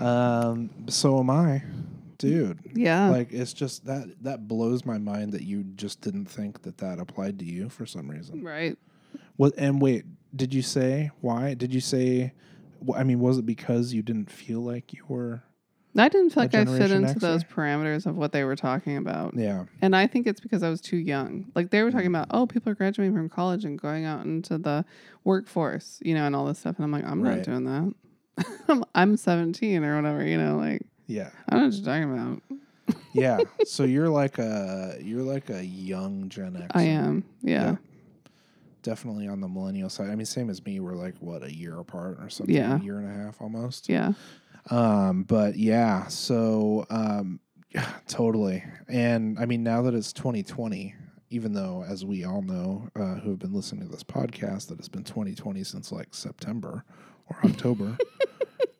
[SPEAKER 1] Um, so am I, dude.
[SPEAKER 2] Yeah.
[SPEAKER 1] Like it's just that that blows my mind that you just didn't think that that applied to you for some reason.
[SPEAKER 2] right.
[SPEAKER 1] What and wait, did you say why? Did you say? wh- I mean, was it because you didn't feel like you were?
[SPEAKER 2] I didn't feel
[SPEAKER 1] A
[SPEAKER 2] like I fit
[SPEAKER 1] Generation
[SPEAKER 2] into
[SPEAKER 1] Xer?
[SPEAKER 2] those parameters of what they were talking about.
[SPEAKER 1] Yeah, Mm-hmm.
[SPEAKER 2] And I think it's because I was too young. Like they were talking about, oh, people are graduating from college and going out into the workforce, you know, and all this stuff. And I'm like, I'm
[SPEAKER 1] Right.
[SPEAKER 2] not doing that. I'm, I'm 17 or whatever, you know, like
[SPEAKER 1] yeah,
[SPEAKER 2] I don't know what you're talking about.
[SPEAKER 1] yeah. so you're like a you're like a young Gen X.
[SPEAKER 2] I am. Yeah.
[SPEAKER 1] Definitely on the millennial side. I mean, same as me. We're like what a year apart or something.
[SPEAKER 2] Yeah.
[SPEAKER 1] a year and a half almost.
[SPEAKER 2] Yeah.
[SPEAKER 1] Um, but yeah, so um, totally. And I mean, now that it's 2020, even though, as we all know, uh, who have been listening to this podcast, that it's been 2020 since like September or October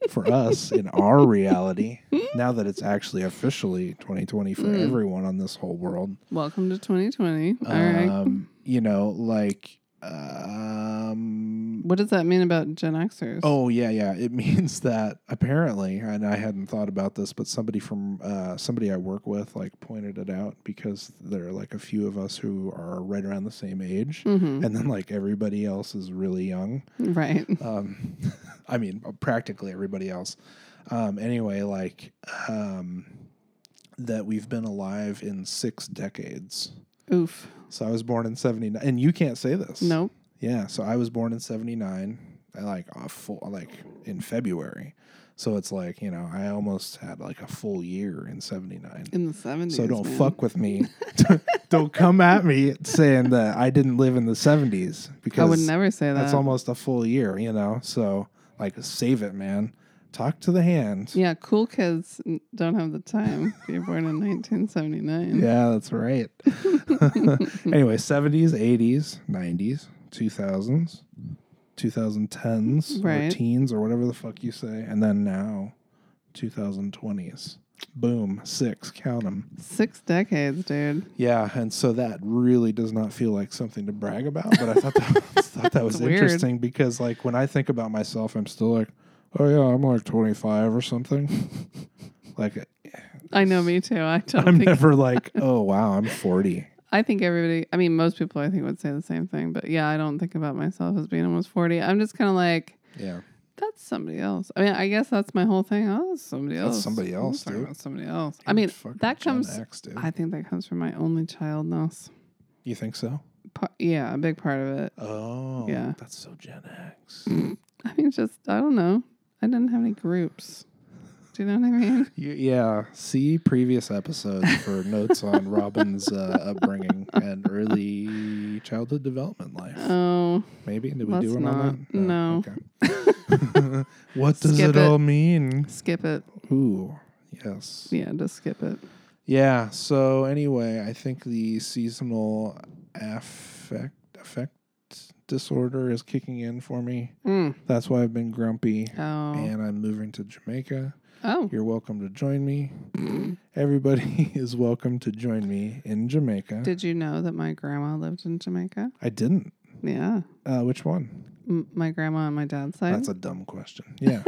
[SPEAKER 1] for us in our reality. Now that it's actually officially 2020 for
[SPEAKER 2] Mm.
[SPEAKER 1] everyone on this whole world,
[SPEAKER 2] Welcome to 2020. All right.
[SPEAKER 1] um, you know, like, um,
[SPEAKER 2] What does that mean about Gen Xers?
[SPEAKER 1] Oh yeah, yeah. It means that apparently, and I hadn't thought about this, but somebody from uh, somebody I work with like pointed it out because there are like a few of us who are right around the same age,
[SPEAKER 2] hmm
[SPEAKER 1] and then like everybody else is really young.
[SPEAKER 2] right.
[SPEAKER 1] Um, I mean, practically everybody else. Um, anyway, like um, that we've been alive in six decades.
[SPEAKER 2] Oof.
[SPEAKER 1] So I was born in seventy nine, and you can't say this.
[SPEAKER 2] Nope.
[SPEAKER 1] Yeah, so I was born in '79, like a full, like in February. So it's like you know, I almost had like a full year in '79.
[SPEAKER 2] In the 70s.
[SPEAKER 1] So don't
[SPEAKER 2] man.
[SPEAKER 1] fuck with me. don't come at me saying that I didn't live in the '70s
[SPEAKER 2] I
[SPEAKER 1] because
[SPEAKER 2] would never say that.
[SPEAKER 1] that's almost a full year, you know. So like, save it, man. Talk to the hand.
[SPEAKER 2] Yeah, cool kids n- don't have the time. if You're born in 1979.
[SPEAKER 1] Yeah, that's right. anyway, 70s, 80s, 90s, 2000s, 2010s, or
[SPEAKER 2] Right.
[SPEAKER 1] teens, or whatever the fuck you say. And then now, 2020s. Boom, six, count them.
[SPEAKER 2] Six decades, dude.
[SPEAKER 1] Yeah, and so that really does not feel like something to brag about, but I thought that, thought that was
[SPEAKER 2] It's weird.
[SPEAKER 1] interesting because, like, when I think about myself, I'm still like, oh, yeah, I'm like 25 or something. like,
[SPEAKER 2] I know, me too. I don't
[SPEAKER 1] I'm
[SPEAKER 2] think.
[SPEAKER 1] never like, oh, wow, I'm 40.
[SPEAKER 2] I think everybody. I mean, most people I think would say the same thing. But yeah, I don't think about myself as being almost 40. I'm just kind of like.
[SPEAKER 1] Yeah.
[SPEAKER 2] That's somebody else. I mean, I guess that's my whole thing. Oh, that's somebody
[SPEAKER 1] That's
[SPEAKER 2] else.
[SPEAKER 1] somebody
[SPEAKER 2] I'm
[SPEAKER 1] else,
[SPEAKER 2] talking
[SPEAKER 1] dude.
[SPEAKER 2] about somebody else. I mean,
[SPEAKER 1] Fucking
[SPEAKER 2] that
[SPEAKER 1] Gen
[SPEAKER 2] comes.
[SPEAKER 1] X, dude.
[SPEAKER 2] I think that comes from my only childness.
[SPEAKER 1] you think so?
[SPEAKER 2] Pa- yeah, a big part of it.
[SPEAKER 1] Oh,
[SPEAKER 2] Yeah.
[SPEAKER 1] That's so Gen X.
[SPEAKER 2] I mean, just I don't know. I didn't have any groups. Do you know what I mean?
[SPEAKER 1] You, yeah. See previous episodes for notes on Robin's uh, upbringing and early childhood development life.
[SPEAKER 2] Oh.
[SPEAKER 1] Maybe did we
[SPEAKER 2] let's
[SPEAKER 1] do one on
[SPEAKER 2] not.
[SPEAKER 1] that?
[SPEAKER 2] No.
[SPEAKER 1] okay. what does
[SPEAKER 2] Skip
[SPEAKER 1] it, all mean?
[SPEAKER 2] Skip it.
[SPEAKER 1] Ooh. Yes.
[SPEAKER 2] Yeah, just skip it.
[SPEAKER 1] Yeah. So anyway, I think the seasonal affect affect disorder is kicking in for me.
[SPEAKER 2] Mm.
[SPEAKER 1] That's why I've been grumpy.
[SPEAKER 2] Oh.
[SPEAKER 1] and I'm moving to Jamaica.
[SPEAKER 2] oh.
[SPEAKER 1] You're welcome to join me. Everybody is welcome to join me in Jamaica.
[SPEAKER 2] Did you know that my grandma lived in Jamaica?
[SPEAKER 1] I didn't.
[SPEAKER 2] Yeah.
[SPEAKER 1] Uh, which one?
[SPEAKER 2] M- my grandma on my dad's side.
[SPEAKER 1] That's a dumb question. Yeah.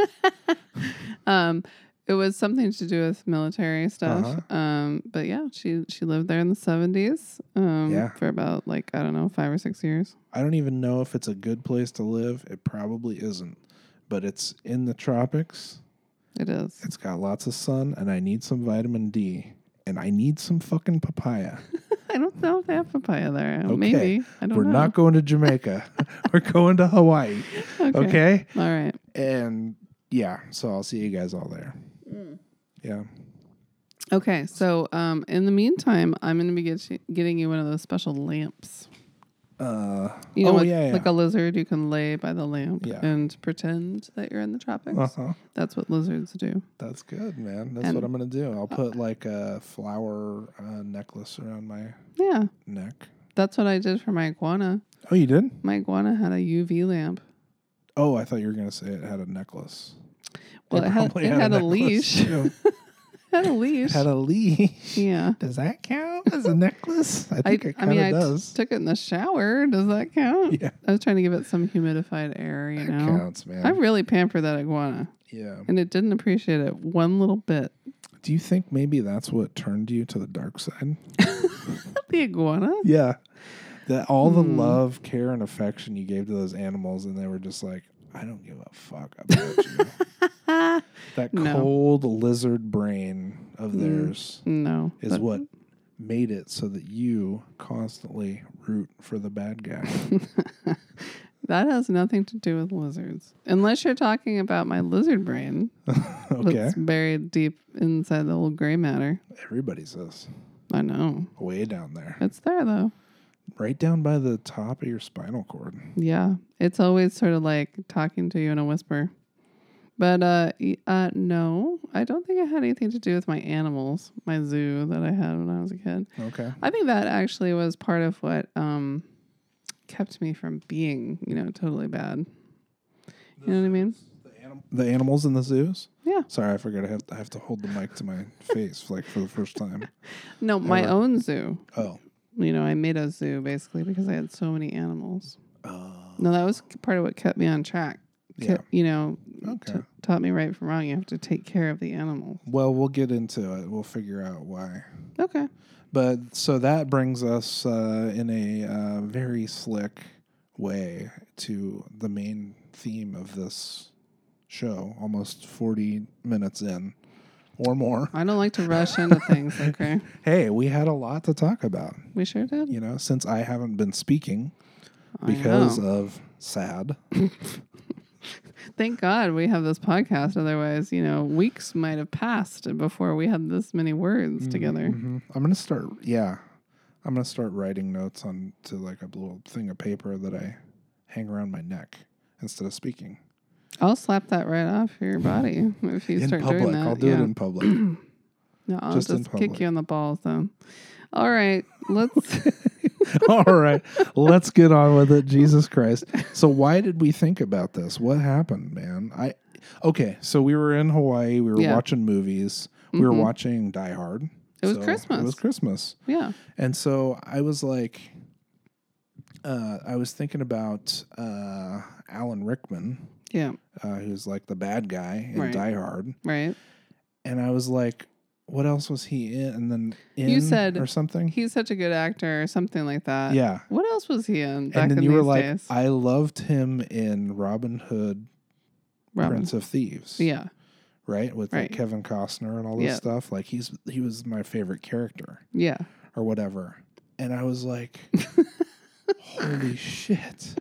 [SPEAKER 2] um, it was something to do with military stuff.
[SPEAKER 1] Uh-huh.
[SPEAKER 2] Um, but yeah, she she lived there in the 70s um,
[SPEAKER 1] Yeah.
[SPEAKER 2] for about like, I don't know, five or six years.
[SPEAKER 1] I don't even know if it's a good place to live. It probably isn't. But it's in the tropics.
[SPEAKER 2] It is.
[SPEAKER 1] It's got lots of sun, and I need some vitamin D. And I need some fucking papaya.
[SPEAKER 2] I don't know if they have papaya there.
[SPEAKER 1] Okay.
[SPEAKER 2] Maybe. I don't
[SPEAKER 1] We're
[SPEAKER 2] know.
[SPEAKER 1] not going to Jamaica. We're going to Hawaii. okay?
[SPEAKER 2] All right.
[SPEAKER 1] And yeah, so I'll see you guys all there.
[SPEAKER 2] Mm.
[SPEAKER 1] Yeah.
[SPEAKER 2] Okay. So um, in the meantime, I'm going to be get getting you one of those special lamps.
[SPEAKER 1] Uh,
[SPEAKER 2] You know,
[SPEAKER 1] oh
[SPEAKER 2] like,
[SPEAKER 1] yeah, yeah.
[SPEAKER 2] like a lizard, you can lay by the lamp
[SPEAKER 1] Yeah.
[SPEAKER 2] and pretend that you're in the tropics.
[SPEAKER 1] uh-huh.
[SPEAKER 2] That's what lizards do.
[SPEAKER 1] That's good, man. That's
[SPEAKER 2] And- uh,
[SPEAKER 1] what I'm gonna do. I'll put like a flower uh, necklace around my
[SPEAKER 2] Yeah,
[SPEAKER 1] neck.
[SPEAKER 2] that's what I did for my iguana.
[SPEAKER 1] Oh, you did?
[SPEAKER 2] My iguana had a UV lamp.
[SPEAKER 1] Oh, I thought you were gonna say it had a necklace.
[SPEAKER 2] Well, it had,
[SPEAKER 1] probably
[SPEAKER 2] it had a
[SPEAKER 1] necklace,
[SPEAKER 2] leash.
[SPEAKER 1] too.
[SPEAKER 2] had a leash.
[SPEAKER 1] It had a leash.
[SPEAKER 2] yeah.
[SPEAKER 1] Does that count as a necklace? I
[SPEAKER 2] I,
[SPEAKER 1] think it
[SPEAKER 2] I
[SPEAKER 1] kind of
[SPEAKER 2] mean, I t-
[SPEAKER 1] does.
[SPEAKER 2] took it in the shower. Does that count?
[SPEAKER 1] yeah,
[SPEAKER 2] I was trying to give it some humidified air, you
[SPEAKER 1] that
[SPEAKER 2] know?
[SPEAKER 1] counts, man.
[SPEAKER 2] I really pampered that iguana,
[SPEAKER 1] yeah.
[SPEAKER 2] and it didn't appreciate it one little bit.
[SPEAKER 1] Do you think maybe that's what turned you to the dark side?
[SPEAKER 2] The iguana?
[SPEAKER 1] Yeah. That all the
[SPEAKER 2] Hmm.
[SPEAKER 1] love, care, and affection you gave to those animals, and they were just like, I don't give a fuck about you.
[SPEAKER 2] Ah,
[SPEAKER 1] That
[SPEAKER 2] No.
[SPEAKER 1] cold lizard brain of
[SPEAKER 2] Mm.
[SPEAKER 1] theirs
[SPEAKER 2] no.
[SPEAKER 1] is
[SPEAKER 2] but-
[SPEAKER 1] what made it so that you constantly root for the bad guy.
[SPEAKER 2] that has nothing to do with lizards. Unless you're talking about my lizard brain
[SPEAKER 1] okay.
[SPEAKER 2] that's buried deep inside the old gray matter.
[SPEAKER 1] Everybody says
[SPEAKER 2] I know.
[SPEAKER 1] way down there,
[SPEAKER 2] It's there, though.
[SPEAKER 1] right down by the top of your spinal cord.
[SPEAKER 2] Yeah, it's always sort of like talking to you in a whisper. But uh, e- uh, no, I don't think it had anything to do with my animals, my zoo that I had when I was a kid.
[SPEAKER 1] Okay.
[SPEAKER 2] I think that actually was part of what um, kept me from being, you know, totally bad. You know what I mean?
[SPEAKER 1] The, anim- the animals in the zoos?
[SPEAKER 2] Yeah.
[SPEAKER 1] Sorry, I forgot I have, I have to hold the mic to my face like for the first time.
[SPEAKER 2] No, my
[SPEAKER 1] Never.
[SPEAKER 2] own zoo.
[SPEAKER 1] Oh.
[SPEAKER 2] You know, I made a zoo basically because I had so many animals.
[SPEAKER 1] Oh.
[SPEAKER 2] No, that was part of what kept me on track. Ke-
[SPEAKER 1] Yeah.
[SPEAKER 2] You know,
[SPEAKER 1] Okay.
[SPEAKER 2] t- taught me right from wrong. You have to take care of the animals.
[SPEAKER 1] Well, we'll get into it. We'll figure out why.
[SPEAKER 2] Okay.
[SPEAKER 1] But so that brings us uh, in a uh, very slick way to the main theme of this show, almost 40 minutes in or more.
[SPEAKER 2] I don't like to rush into things, okay?
[SPEAKER 1] Hey, we had a lot to talk about,
[SPEAKER 2] We sure did.
[SPEAKER 1] you know, since I haven't been speaking
[SPEAKER 2] I
[SPEAKER 1] because
[SPEAKER 2] know.
[SPEAKER 1] of sad.
[SPEAKER 2] thank God we have this podcast. Otherwise, you know, weeks might have passed before we had this many words together.
[SPEAKER 1] Mhm. I'm going to start, yeah. I'm going to start writing notes on to like a little thing of paper that I hang around my neck instead of speaking.
[SPEAKER 2] I'll slap that right off your body if you
[SPEAKER 1] in
[SPEAKER 2] start
[SPEAKER 1] public,
[SPEAKER 2] doing that.
[SPEAKER 1] I'll do
[SPEAKER 2] yeah.
[SPEAKER 1] it in public.
[SPEAKER 2] no, I'll
[SPEAKER 1] just
[SPEAKER 2] just,
[SPEAKER 1] in
[SPEAKER 2] kick
[SPEAKER 1] public.
[SPEAKER 2] you in the balls though. All right, let's.
[SPEAKER 1] All right, let's get on with it. Jesus Christ. So, why did we think about this? What happened, man? I okay. So we were in Hawaii. We were
[SPEAKER 2] Yeah.
[SPEAKER 1] watching movies. We were
[SPEAKER 2] Mhm.
[SPEAKER 1] watching Die Hard.
[SPEAKER 2] It was
[SPEAKER 1] So
[SPEAKER 2] Christmas.
[SPEAKER 1] It was Christmas,
[SPEAKER 2] yeah.
[SPEAKER 1] and so I was like, uh, I was thinking about uh, Alan Rickman,
[SPEAKER 2] Yeah.
[SPEAKER 1] uh, who's like the bad guy in
[SPEAKER 2] Right.
[SPEAKER 1] Die Hard,
[SPEAKER 2] Right.
[SPEAKER 1] and I was like, what else was he in? And then in
[SPEAKER 2] You said uh,
[SPEAKER 1] or something.
[SPEAKER 2] He's such a good actor or something like that.
[SPEAKER 1] yeah,
[SPEAKER 2] What else was he in back
[SPEAKER 1] and then
[SPEAKER 2] in
[SPEAKER 1] you
[SPEAKER 2] these
[SPEAKER 1] were like,
[SPEAKER 2] days?
[SPEAKER 1] I loved him in Robin Hood,
[SPEAKER 2] Robin.
[SPEAKER 1] Prince of Thieves.
[SPEAKER 2] Yeah.
[SPEAKER 1] Right? With
[SPEAKER 2] Right.
[SPEAKER 1] Like Kevin Costner and all this
[SPEAKER 2] Yeah.
[SPEAKER 1] stuff. Like he's he was my favorite character
[SPEAKER 2] Yeah.
[SPEAKER 1] or whatever. And I was like, Holy shit.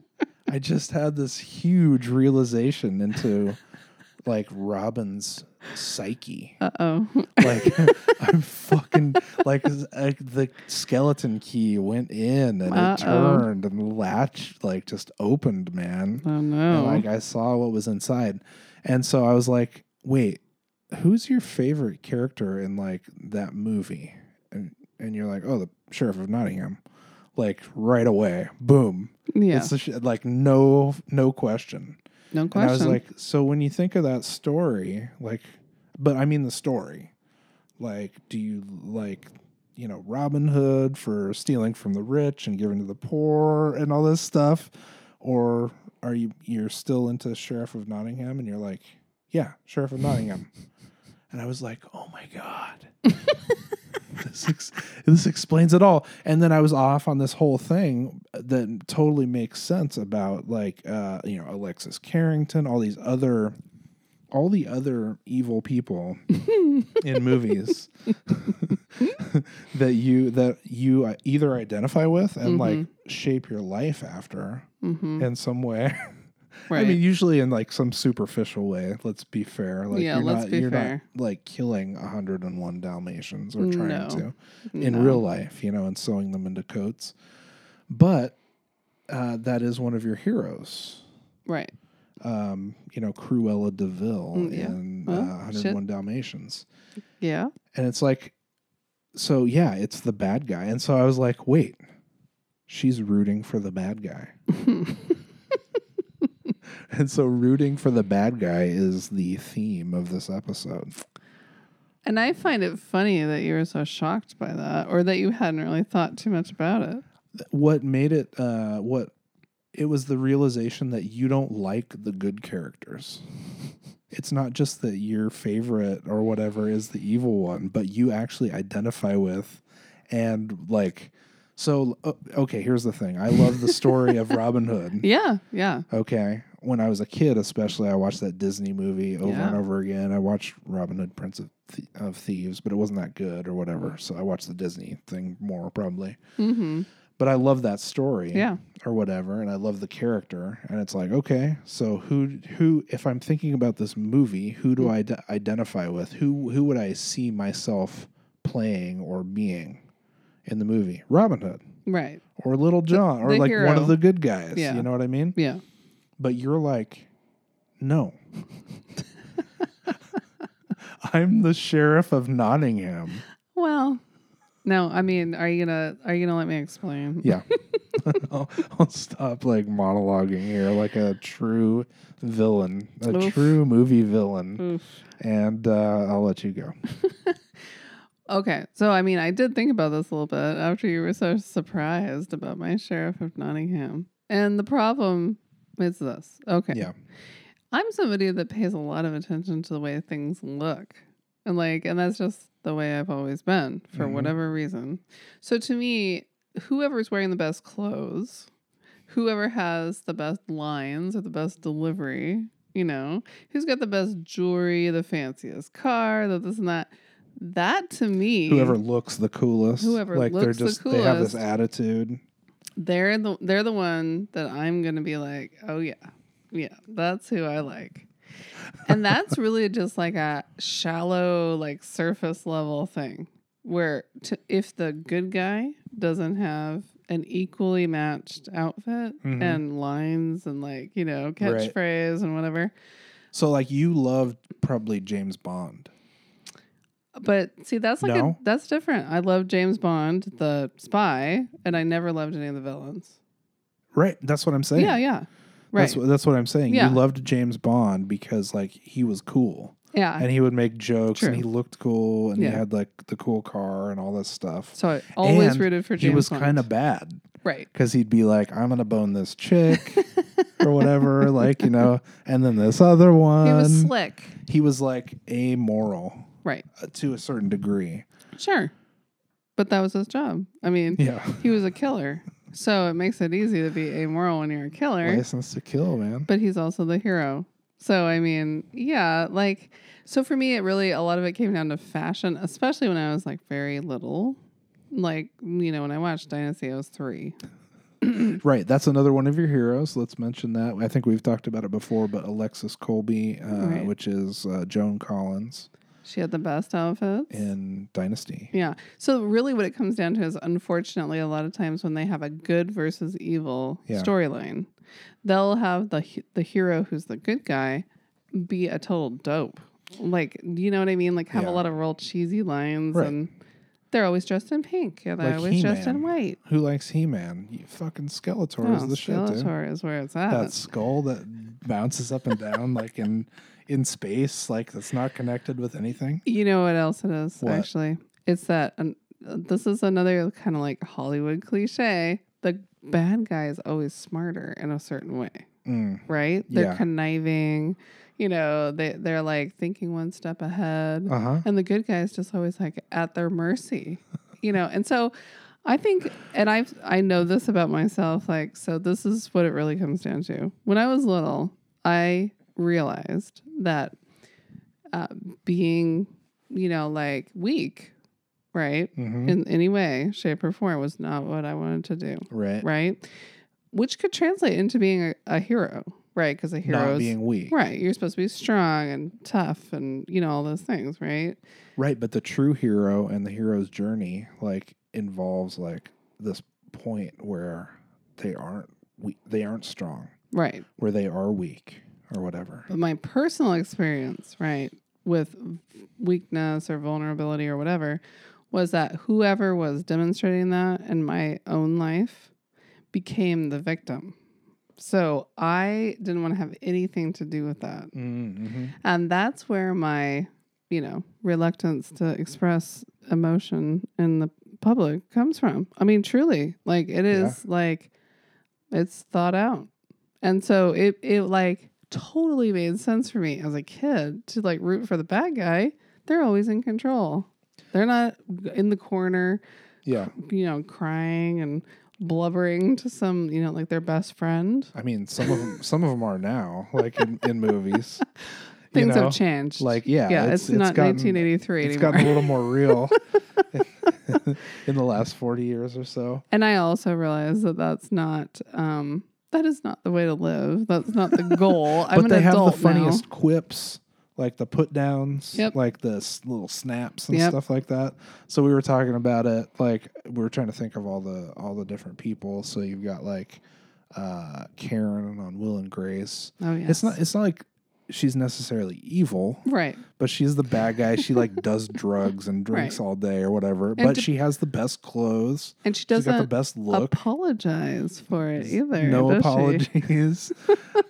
[SPEAKER 1] I just had this huge realization into like Robin's psyche.
[SPEAKER 2] Uh oh.
[SPEAKER 1] Like I'm fucking like s- like, the skeleton key went in and
[SPEAKER 2] Uh-oh.
[SPEAKER 1] it turned and the latch like just opened, man.
[SPEAKER 2] oh
[SPEAKER 1] And,
[SPEAKER 2] no.
[SPEAKER 1] like I saw what was inside. And so I was like, wait, who's your favorite character in like that movie? And and you're like, oh, the sheriff of Nottingham. Like right away, boom.
[SPEAKER 2] yeah.
[SPEAKER 1] It's the sh- like no no question.
[SPEAKER 2] no
[SPEAKER 1] And
[SPEAKER 2] question.
[SPEAKER 1] I was like, so when you think of that story, like, but I mean the story, like, do you like, you know, Robin Hood for stealing from the rich and giving to the poor and all this stuff, or are you you're still into Sheriff of Nottingham and you're like, yeah, Sheriff of Nottingham, and I was like, oh my god. This, ex- this explains it all and then i was off on this whole thing that totally makes sense about like uh you know alexis carrington all these other all the other evil people in movies that you that you uh, either identify with and like shape your life after
[SPEAKER 2] mm-hmm.
[SPEAKER 1] in some way I
[SPEAKER 2] right.
[SPEAKER 1] mean, usually in like some superficial way. Let's be fair. Like,
[SPEAKER 2] Yeah,
[SPEAKER 1] you're
[SPEAKER 2] let's
[SPEAKER 1] not,
[SPEAKER 2] be
[SPEAKER 1] you're
[SPEAKER 2] fair.
[SPEAKER 1] not like killing 101 Dalmatians or trying
[SPEAKER 2] No.
[SPEAKER 1] to in
[SPEAKER 2] No.
[SPEAKER 1] real life, you know, and sewing them into coats. But uh, that is one of your heroes.
[SPEAKER 2] Right.
[SPEAKER 1] Um, you know, Cruella Deville
[SPEAKER 2] Mm, yeah.
[SPEAKER 1] in
[SPEAKER 2] Well,
[SPEAKER 1] uh, 101 Dalmatians.
[SPEAKER 2] Yeah.
[SPEAKER 1] And it's like, so yeah, it's the bad guy. And so I was like, wait, she's rooting for the bad guy. And so rooting for the bad guy is the theme of this episode.
[SPEAKER 2] and I find it funny that you were so shocked by that or that you hadn't really thought too much about it.
[SPEAKER 1] What made it, uh, what it was the realization that you don't like the good characters. It's not just that your favorite or whatever is the evil one, but you actually identify with and like. So, uh, okay, here's the thing I love the story of Robin Hood.
[SPEAKER 2] Yeah. Yeah.
[SPEAKER 1] Okay. When I was a kid, especially, I watched that Disney movie over
[SPEAKER 2] Yeah.
[SPEAKER 1] and over again. I watched Robin Hood, Prince of, Th- of Thieves, but it wasn't that good or whatever. So I watched the Disney thing more probably.
[SPEAKER 2] Mm-hmm.
[SPEAKER 1] But I love that story
[SPEAKER 2] Yeah.
[SPEAKER 1] or whatever, and I love the character. And it's like, okay, so who who if I'm thinking about this movie, who
[SPEAKER 2] Hmm.
[SPEAKER 1] do I ide- identify with? Who who would I see myself playing or being in the movie? Robin Hood
[SPEAKER 2] Right.
[SPEAKER 1] or Little John or
[SPEAKER 2] the
[SPEAKER 1] like one
[SPEAKER 2] hero.
[SPEAKER 1] of the good guys.
[SPEAKER 2] Yeah.
[SPEAKER 1] You know what I mean?
[SPEAKER 2] Yeah.
[SPEAKER 1] but you're like, no. I'm the sheriff of Nottingham.
[SPEAKER 2] Well, no, I mean, are you gonna are you gonna let me explain?
[SPEAKER 1] Yeah. I'll, I'll stop like monologuing here like a true villain, a
[SPEAKER 2] Oof.
[SPEAKER 1] true movie villain.
[SPEAKER 2] Oof.
[SPEAKER 1] And uh, I'll let you go.
[SPEAKER 2] Okay, so I mean, I did think about this a little bit after you were so surprised about my sheriff of Nottingham, and the problem is this. Okay,
[SPEAKER 1] Yeah.
[SPEAKER 2] I'm somebody that pays a lot of attention to the way things look. And like and that's just the way I've always been for
[SPEAKER 1] Mhm.
[SPEAKER 2] whatever reason. So to me, whoever's wearing the best clothes, whoever has the best lines or the best delivery, you know, who's got the best jewelry, the fanciest car, the this and that, that to me
[SPEAKER 1] Whoever looks the coolest.
[SPEAKER 2] Whoever
[SPEAKER 1] like
[SPEAKER 2] looks the
[SPEAKER 1] they're just they have this
[SPEAKER 2] coolest.
[SPEAKER 1] attitude.
[SPEAKER 2] they're the they're the one that I'm gonna be like, oh yeah, yeah, that's who I like, and that's really just like a shallow, like surface level thing. Where to, if the good guy doesn't have an equally matched outfit
[SPEAKER 1] Mhm.
[SPEAKER 2] and lines and like you know catchphrase and whatever,
[SPEAKER 1] So like you loved probably James Bond.
[SPEAKER 2] but see that's like
[SPEAKER 1] No.
[SPEAKER 2] a, that's different. I love James Bond, the spy, and I never loved any of the villains.
[SPEAKER 1] Right. That's what I'm saying.
[SPEAKER 2] Yeah, yeah, right.
[SPEAKER 1] That's, what- that's what I'm saying.
[SPEAKER 2] Yeah.
[SPEAKER 1] You loved James Bond because like he was cool.
[SPEAKER 2] yeah.
[SPEAKER 1] and he would make jokes and
[SPEAKER 2] True.
[SPEAKER 1] he looked cool and
[SPEAKER 2] Yeah.
[SPEAKER 1] he had like the cool car and all this stuff.
[SPEAKER 2] So I always
[SPEAKER 1] And
[SPEAKER 2] rooted for James.
[SPEAKER 1] he was
[SPEAKER 2] Bond.
[SPEAKER 1] kind of bad
[SPEAKER 2] right.
[SPEAKER 1] because he'd be like, "I'm gonna bone this chick or whatever," like you know, and then this other one.
[SPEAKER 2] He was slick.
[SPEAKER 1] He was, like amoral
[SPEAKER 2] Right.
[SPEAKER 1] uh, to a certain degree.
[SPEAKER 2] Sure. But that was his job. I mean,
[SPEAKER 1] Yeah,
[SPEAKER 2] he was a killer. So it makes it easy to be amoral when you're a killer.
[SPEAKER 1] license to kill, man.
[SPEAKER 2] But he's also the hero. So I mean, yeah, like so for me it really a lot of it came down to fashion, especially when I was like very little. Like, you know, when I watched Dynasty I was three.
[SPEAKER 1] Right, that's another one of your heroes. Let's mention that. I think we've talked about it before, but Alexis Colby, uh,
[SPEAKER 2] Right.
[SPEAKER 1] which is uh, Joan Collins
[SPEAKER 2] She had the best outfits.
[SPEAKER 1] in Dynasty.
[SPEAKER 2] Yeah. So really what it comes down to is unfortunately a lot of times when they have a good versus evil
[SPEAKER 1] Yeah.
[SPEAKER 2] storyline, they'll have the he- the hero who's the good guy be a total dope. Like, you know what I mean? Like have
[SPEAKER 1] Yeah.
[SPEAKER 2] a lot of real cheesy lines
[SPEAKER 1] Right.
[SPEAKER 2] and they're always dressed in pink and they're
[SPEAKER 1] Like
[SPEAKER 2] always dressed in
[SPEAKER 1] He-Man.
[SPEAKER 2] white.
[SPEAKER 1] Who likes He Man? You fucking Skeletor is
[SPEAKER 2] Oh,
[SPEAKER 1] the shit, dude.
[SPEAKER 2] Skeletor is where it's at.
[SPEAKER 1] That skull that bounces up and down like in in space, like that's not connected with anything.
[SPEAKER 2] You know what else it is
[SPEAKER 1] What?
[SPEAKER 2] actually? It's that um, this is another kind of like Hollywood cliche. The bad guy is always smarter in a certain way.
[SPEAKER 1] Mm.
[SPEAKER 2] right? They're
[SPEAKER 1] Yeah.
[SPEAKER 2] conniving, you know, they they're like thinking one step ahead.
[SPEAKER 1] Uh huh.
[SPEAKER 2] And the good guy is just always like at their mercy. You know, and so I think and I've I know this about myself, like, so this is what it really comes down to. When I was little, I realized that uh, being, you know, like weak, right?
[SPEAKER 1] hmm
[SPEAKER 2] In any way, shape, or form was not what I wanted to do
[SPEAKER 1] Right.
[SPEAKER 2] right? Which could translate into being a, a hero, right? Because a hero
[SPEAKER 1] Not
[SPEAKER 2] is
[SPEAKER 1] being weak. Right.
[SPEAKER 2] right. You're supposed to be strong and tough, and you know all those things, right?
[SPEAKER 1] But the true hero and the hero's journey like involves like this point where they aren't we, they aren't strong,
[SPEAKER 2] Right.
[SPEAKER 1] where they are weak or whatever.
[SPEAKER 2] But my personal experience, right, with weakness or vulnerability or whatever, was that whoever was demonstrating that in my own life became the victim. So I didn't want to have anything to do with that.
[SPEAKER 1] Mm-hmm.
[SPEAKER 2] And that's where my, you know, reluctance to express emotion in the public comes from. I mean, truly, like it is like it's thought out. And so it it like totally made sense for me as a kid to like root for the bad guy. They're always in control. They're not in the corner,
[SPEAKER 1] Yeah.
[SPEAKER 2] you know, crying and blubbering to some, you know, like their best friend.
[SPEAKER 1] I mean, some of them, some of them are now, like in, in movies.
[SPEAKER 2] Things
[SPEAKER 1] you know?
[SPEAKER 2] have changed.
[SPEAKER 1] Like, yeah,
[SPEAKER 2] yeah,
[SPEAKER 1] it's-
[SPEAKER 2] it's,
[SPEAKER 1] it's
[SPEAKER 2] not
[SPEAKER 1] gotten-
[SPEAKER 2] 1983
[SPEAKER 1] It's
[SPEAKER 2] anymore.
[SPEAKER 1] gotten a little more real in the last 40 years or so.
[SPEAKER 2] And I also realize that that's not um, that is not the way to live. That's not the goal. I'm
[SPEAKER 1] but
[SPEAKER 2] an
[SPEAKER 1] they have the
[SPEAKER 2] adult
[SPEAKER 1] funniest
[SPEAKER 2] now.
[SPEAKER 1] quips, like the put downs,
[SPEAKER 2] Yep.
[SPEAKER 1] like the s- little snaps and
[SPEAKER 2] Yep.
[SPEAKER 1] stuff like that. So we were talking about it, like we were trying to think of all the all the different people. So you've got like uh, Karen on Will and Grace.
[SPEAKER 2] Oh yeah,
[SPEAKER 1] It's not it's not like she's necessarily evil,
[SPEAKER 2] right.
[SPEAKER 1] but she's the bad guy. She like does drugs and drinks all day or whatever. but
[SPEAKER 2] to-
[SPEAKER 1] she has the best clothes.
[SPEAKER 2] And she
[SPEAKER 1] She's got the
[SPEAKER 2] doesn't
[SPEAKER 1] best look.
[SPEAKER 2] apologize for it either.
[SPEAKER 1] No
[SPEAKER 2] does she?
[SPEAKER 1] apologies,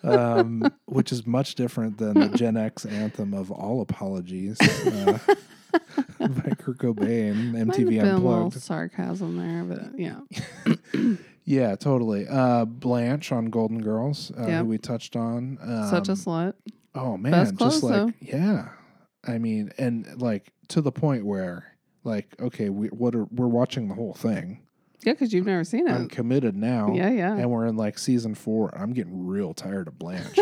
[SPEAKER 1] um, which is much different than the Gen X anthem of all apologies uh, by Kurt Cobain,
[SPEAKER 2] Might have
[SPEAKER 1] MTV
[SPEAKER 2] been a little
[SPEAKER 1] Unplugged.
[SPEAKER 2] sarcasm there, but uh, yeah,
[SPEAKER 1] Yeah, totally. Uh, Blanche on Golden Girls, uh,
[SPEAKER 2] Yep.
[SPEAKER 1] who we touched on. Um,
[SPEAKER 2] such a slut.
[SPEAKER 1] Oh man,
[SPEAKER 2] Best
[SPEAKER 1] just
[SPEAKER 2] clothes,
[SPEAKER 1] like
[SPEAKER 2] though.
[SPEAKER 1] yeah. I mean, and like to the point where like okay, we what are we're watching the whole thing.
[SPEAKER 2] Yeah, because you've never seen
[SPEAKER 1] I'm
[SPEAKER 2] it.
[SPEAKER 1] committed now.
[SPEAKER 2] Yeah, yeah.
[SPEAKER 1] And we're in like season four. I'm getting real tired of Blanche.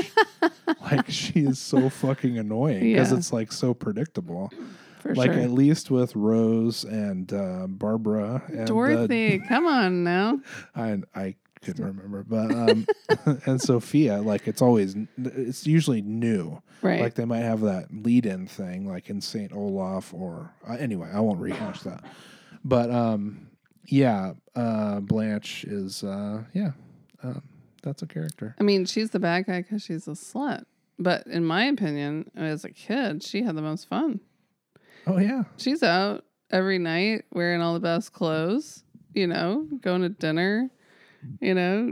[SPEAKER 1] like she is so fucking annoying because
[SPEAKER 2] Yeah.
[SPEAKER 1] it's like so predictable.
[SPEAKER 2] For
[SPEAKER 1] like
[SPEAKER 2] sure.
[SPEAKER 1] at least with Rose and uh, Barbara and uh,
[SPEAKER 2] Dorothy, come on now.
[SPEAKER 1] I I couldn't remember, but um, and Sophia. Like it's always it's usually new.
[SPEAKER 2] Right.
[SPEAKER 1] Like they might have that lead in thing, like in St. Olaf, or uh, anyway, I won't rehash that. But um, yeah, uh, Blanche is, uh, yeah, um, that's a character.
[SPEAKER 2] I mean, she's the bad guy because she's a slut. But in my opinion, as a kid, she had the most fun.
[SPEAKER 1] Oh, yeah.
[SPEAKER 2] She's out every night wearing all the best clothes, you know, going to dinner, you know,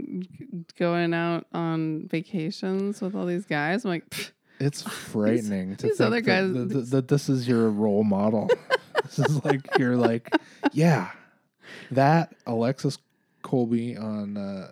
[SPEAKER 2] going out on vacations with all these guys. I'm like, "Pfft,
[SPEAKER 1] It's frightening to
[SPEAKER 2] these
[SPEAKER 1] think
[SPEAKER 2] other
[SPEAKER 1] that-
[SPEAKER 2] guys-
[SPEAKER 1] that, that, that this is your role model. this is like, you're like, yeah, that Alexis Colby on, uh,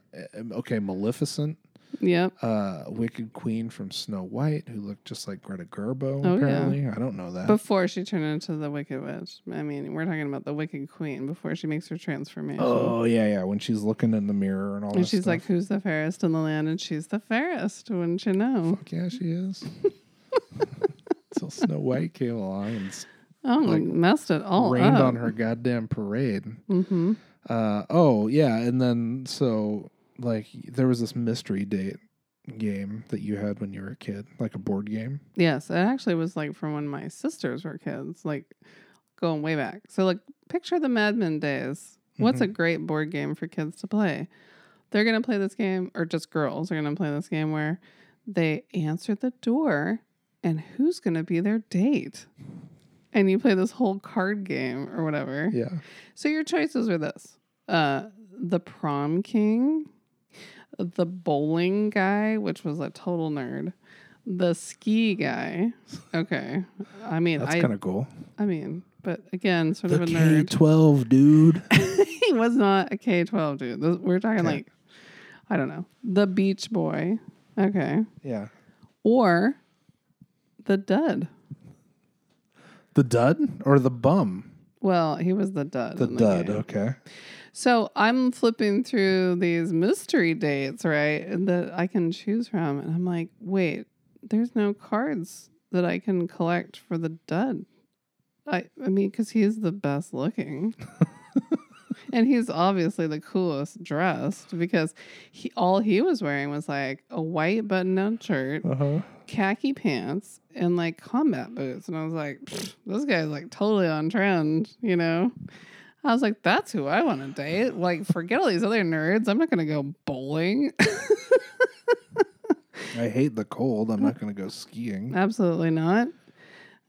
[SPEAKER 1] okay, Maleficent.
[SPEAKER 2] yep.
[SPEAKER 1] Uh, Wicked Queen from Snow White, who looked just like Greta Gerbo.
[SPEAKER 2] Oh, yeah.
[SPEAKER 1] apparently, I don't know that.
[SPEAKER 2] Before she turned into the Wicked Witch. I mean, we're talking about the Wicked Queen before she makes her transformation.
[SPEAKER 1] Oh yeah, yeah. When she's looking in the mirror and all
[SPEAKER 2] and
[SPEAKER 1] that
[SPEAKER 2] she's
[SPEAKER 1] stuff.
[SPEAKER 2] like, who's the fairest in the land? And she's the fairest, wouldn't you know?
[SPEAKER 1] Fuck yeah, she is. Until Snow White came along and s-
[SPEAKER 2] Oh,
[SPEAKER 1] Like,
[SPEAKER 2] messed it all
[SPEAKER 1] rained
[SPEAKER 2] up.
[SPEAKER 1] on her goddamn parade.
[SPEAKER 2] Mm-hmm.
[SPEAKER 1] Uh, oh yeah, and then so like there was this mystery date game that you had when you were a kid, like a board game.
[SPEAKER 2] Yes, it actually was like from when my sisters were kids, like going way back. So like picture the Mad Men days. What's a great board game for kids to play? They're gonna play this game, or just girls are gonna play this game where they answer the door and who's gonna be their date? And you play this whole card game or whatever.
[SPEAKER 1] Yeah.
[SPEAKER 2] So your choices are this: uh, the prom king, the bowling guy, which was a total nerd, the ski guy. Okay, I mean,
[SPEAKER 1] That's
[SPEAKER 2] I,
[SPEAKER 1] kind of cool.
[SPEAKER 2] I mean, but again, sort of a
[SPEAKER 1] K
[SPEAKER 2] nerd.
[SPEAKER 1] twelve dude.
[SPEAKER 2] he was not a K twelve dude. This- We're talking
[SPEAKER 1] Okay.
[SPEAKER 2] like, I don't know, the Beach Boy. Okay,
[SPEAKER 1] yeah.
[SPEAKER 2] or the dud.
[SPEAKER 1] The dud or the bum?
[SPEAKER 2] Well, he was the dud.
[SPEAKER 1] The
[SPEAKER 2] in
[SPEAKER 1] dud.
[SPEAKER 2] game.
[SPEAKER 1] Okay.
[SPEAKER 2] So I'm flipping through these mystery dates, right? That I can choose from. And I'm like, wait, there's no cards that I can collect for the dud. I, I mean, because he's the best looking. and he's obviously the coolest dressed because he all he was wearing was like a white button down shirt,
[SPEAKER 1] Uh huh.
[SPEAKER 2] khaki pants, and like combat boots. And I was like, "Pfft, this guy's like totally on trend, you know? I was like, that's who I want to date. Like, forget all these other nerds. I'm not going to go bowling.
[SPEAKER 1] I hate the cold. I'm not going to go skiing.
[SPEAKER 2] Absolutely not.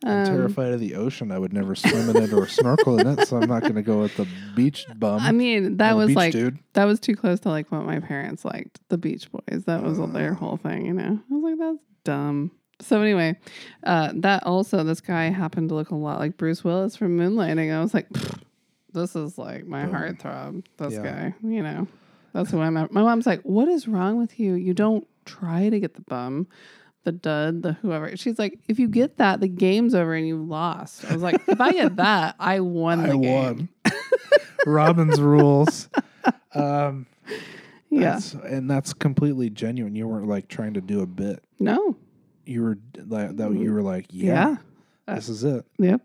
[SPEAKER 1] I'm
[SPEAKER 2] Uh, Um,
[SPEAKER 1] terrified of the ocean. I would never swim in it or snorkel in it, so I'm not going to go with the beach bum.
[SPEAKER 2] I mean,
[SPEAKER 1] or
[SPEAKER 2] that
[SPEAKER 1] the
[SPEAKER 2] was
[SPEAKER 1] beach
[SPEAKER 2] like
[SPEAKER 1] dude.
[SPEAKER 2] that was too close to like what my parents liked, the Beach Boys. That
[SPEAKER 1] Uh.
[SPEAKER 2] was their whole thing, you know. I was like, that's dumb. So anyway, uh, that also this guy happened to look a lot like Bruce Willis from Moonlighting. I was like, "Pfft, this is like my
[SPEAKER 1] Boom.
[SPEAKER 2] heartthrob. This
[SPEAKER 1] Yeah.
[SPEAKER 2] guy, you know, that's who I'm. At. My mom's like, what is wrong with you? You don't try to get the bum. The dud, the whoever. She's like, if you get that, the game's over and you lost. I was like, if I get that, I won the
[SPEAKER 1] I
[SPEAKER 2] game.
[SPEAKER 1] won. Robin's rules. Um,
[SPEAKER 2] Yeah.
[SPEAKER 1] that's- and that's completely genuine. You weren't like trying to do a bit.
[SPEAKER 2] No.
[SPEAKER 1] You were like that. You were like,
[SPEAKER 2] Yeah.
[SPEAKER 1] yeah, this is it.
[SPEAKER 2] Yep.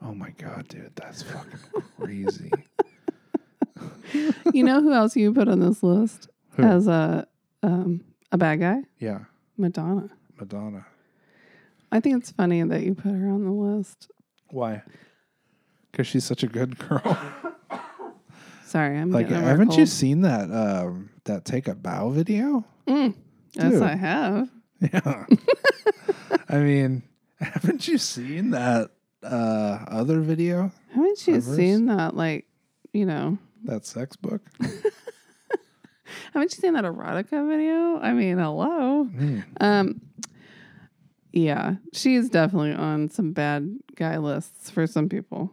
[SPEAKER 1] Oh my god, dude, that's fucking crazy.
[SPEAKER 2] you know who else you put on this list
[SPEAKER 1] Who?
[SPEAKER 2] as a um, a bad guy?
[SPEAKER 1] yeah,
[SPEAKER 2] Madonna.
[SPEAKER 1] Madonna.
[SPEAKER 2] I think it's funny that you put her on the list.
[SPEAKER 1] Why? Because she's such a good girl.
[SPEAKER 2] Sorry, I'm
[SPEAKER 1] like,
[SPEAKER 2] getting over a
[SPEAKER 1] haven't you
[SPEAKER 2] cold.
[SPEAKER 1] seen that um, that take a bow video?
[SPEAKER 2] Mm, yes,
[SPEAKER 1] Dude.
[SPEAKER 2] I have.
[SPEAKER 1] Yeah. I mean, haven't you seen that uh, other video?
[SPEAKER 2] Haven't you
[SPEAKER 1] Covers?
[SPEAKER 2] seen that? Like, you know,
[SPEAKER 1] That sex book?
[SPEAKER 2] haven't you seen that erotica video? I mean, hello.
[SPEAKER 1] Hmm.
[SPEAKER 2] Um, yeah, she's definitely on some bad guy lists for some people,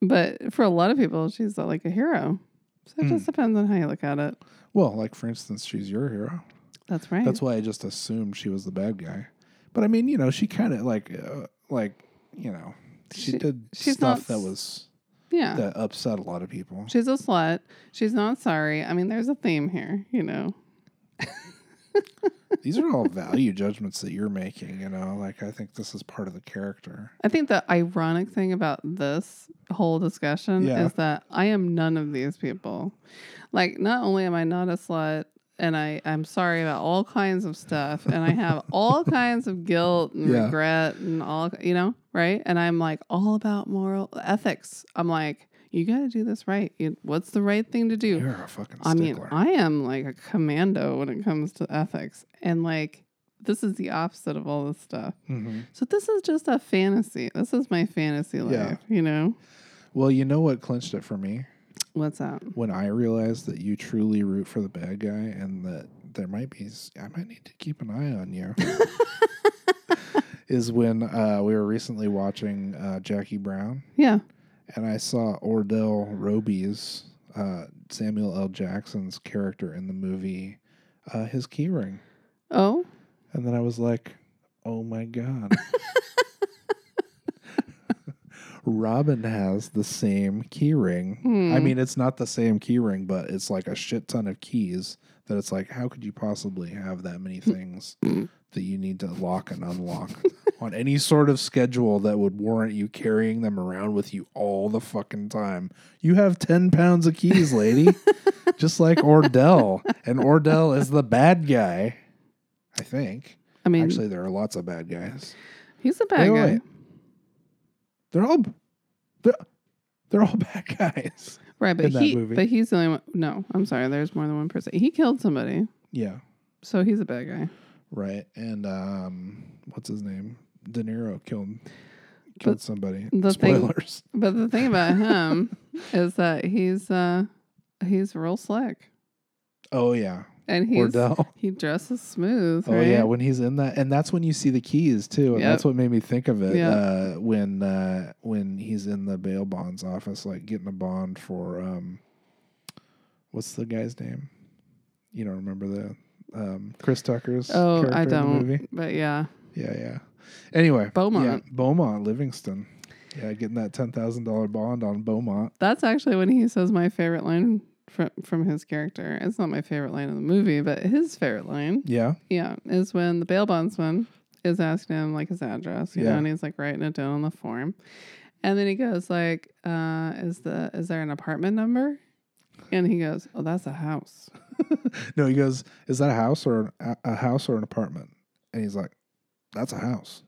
[SPEAKER 2] but for a lot of people, she's uh, like a hero. So it
[SPEAKER 1] Mm.
[SPEAKER 2] just depends on how you look at it.
[SPEAKER 1] Well, like for instance, she's your hero.
[SPEAKER 2] That's right.
[SPEAKER 1] That's why I just assumed she was the bad guy. But I mean, you know, she kind of like, uh, like, you know, she,
[SPEAKER 2] She-
[SPEAKER 1] did
[SPEAKER 2] she's
[SPEAKER 1] stuff
[SPEAKER 2] not
[SPEAKER 1] that
[SPEAKER 2] s- uh.
[SPEAKER 1] was
[SPEAKER 2] yeah.
[SPEAKER 1] that upset a lot of people.
[SPEAKER 2] She's a slut. She's not sorry. I mean, there's a theme here, you know.
[SPEAKER 1] These are all value judgments that you're making. You know, like I think this is part of the character.
[SPEAKER 2] I think the ironic thing about this whole discussion
[SPEAKER 1] Yeah.
[SPEAKER 2] is that I am none of these people. Like, not only am I not a slut, and I, I'm sorry about all kinds of stuff, and I have all kinds of guilt and
[SPEAKER 1] Yeah.
[SPEAKER 2] regret and all, you know, right? And I'm like all about moral ethics. I'm like, you got to do this right. You, what's the right thing to do?
[SPEAKER 1] You're a fucking
[SPEAKER 2] I mean,
[SPEAKER 1] stickler.
[SPEAKER 2] I am like a commando when it comes to ethics. And like, this is the opposite of all this stuff.
[SPEAKER 1] Mhm.
[SPEAKER 2] So, this is just a fantasy. This is my fantasy life,
[SPEAKER 1] Yeah.
[SPEAKER 2] you know?
[SPEAKER 1] Well, you know what clinched it for me
[SPEAKER 2] What's that?
[SPEAKER 1] when I realized that you truly root for the bad guy and that there might be s- I might need to keep an eye on you. is when uh, we were recently watching uh, Jackie Brown
[SPEAKER 2] Yeah.
[SPEAKER 1] and I saw Ordell Roby's uh, Samuel L. Jackson's character in the movie, uh, his keyring,
[SPEAKER 2] Oh,
[SPEAKER 1] and then I was like, "Oh my god." Robin has the same keyring. I
[SPEAKER 2] Hmm.
[SPEAKER 1] mean, it's not the same keyring, but it's like a shit ton of keys that it's like, how could you possibly have that many
[SPEAKER 2] Mm-hmm.
[SPEAKER 1] things that you need to lock and unlock on any sort of schedule that would warrant you carrying them around with you all the fucking time? You have 10 pounds of keys, lady, just like Ordell. And Ordell is the bad guy, I think.
[SPEAKER 2] I mean,
[SPEAKER 1] Actually, there are lots of bad guys.
[SPEAKER 2] he's a bad
[SPEAKER 1] wait,
[SPEAKER 2] guy.
[SPEAKER 1] wait. They're all. They're, they're all bad guys.
[SPEAKER 2] Right. But
[SPEAKER 1] in that
[SPEAKER 2] he,
[SPEAKER 1] movie.
[SPEAKER 2] but he's the only one. No, I'm sorry. There's more than one person. He killed somebody.
[SPEAKER 1] Yeah.
[SPEAKER 2] So, he's a bad guy.
[SPEAKER 1] Right. And um what's his name? De Niro killed killed
[SPEAKER 2] But
[SPEAKER 1] somebody.
[SPEAKER 2] the thing-
[SPEAKER 1] Spoilers.
[SPEAKER 2] But the thing about him is that he's, uh, he's real slick.
[SPEAKER 1] oh yeah.
[SPEAKER 2] And he's,
[SPEAKER 1] Ordell.
[SPEAKER 2] he dresses smooth.
[SPEAKER 1] Oh
[SPEAKER 2] right?
[SPEAKER 1] yeah, when he's in that and that's when you see the keys too. And
[SPEAKER 2] Yep.
[SPEAKER 1] that's what made me think of it.
[SPEAKER 2] Yeah.
[SPEAKER 1] Uh when uh when he's in the bail bonds office, like getting a bond for um what's the guy's name? You don't remember the um Chris Tucker's
[SPEAKER 2] Oh,
[SPEAKER 1] character
[SPEAKER 2] I
[SPEAKER 1] in the movie?
[SPEAKER 2] don't. But yeah.
[SPEAKER 1] Yeah, yeah. Anyway,
[SPEAKER 2] Beaumont.
[SPEAKER 1] yeah, Beaumont Livingston. Yeah, getting that ten thousand dollar bond on Beaumont.
[SPEAKER 2] That's actually when he says my favorite line from from his character. It's not my favorite line in the movie, but his favorite line,
[SPEAKER 1] Yeah,
[SPEAKER 2] yeah, is when the bail bondsman is asking him like his address, you
[SPEAKER 1] Yeah.
[SPEAKER 2] know, and he's like writing it down on the form, and then he goes like, uh, "Is the is there an apartment number?" And he goes, "Oh, that's a house."
[SPEAKER 1] No, he goes, "Is that a house or an, a house or an apartment?" And he's like, "That's a house."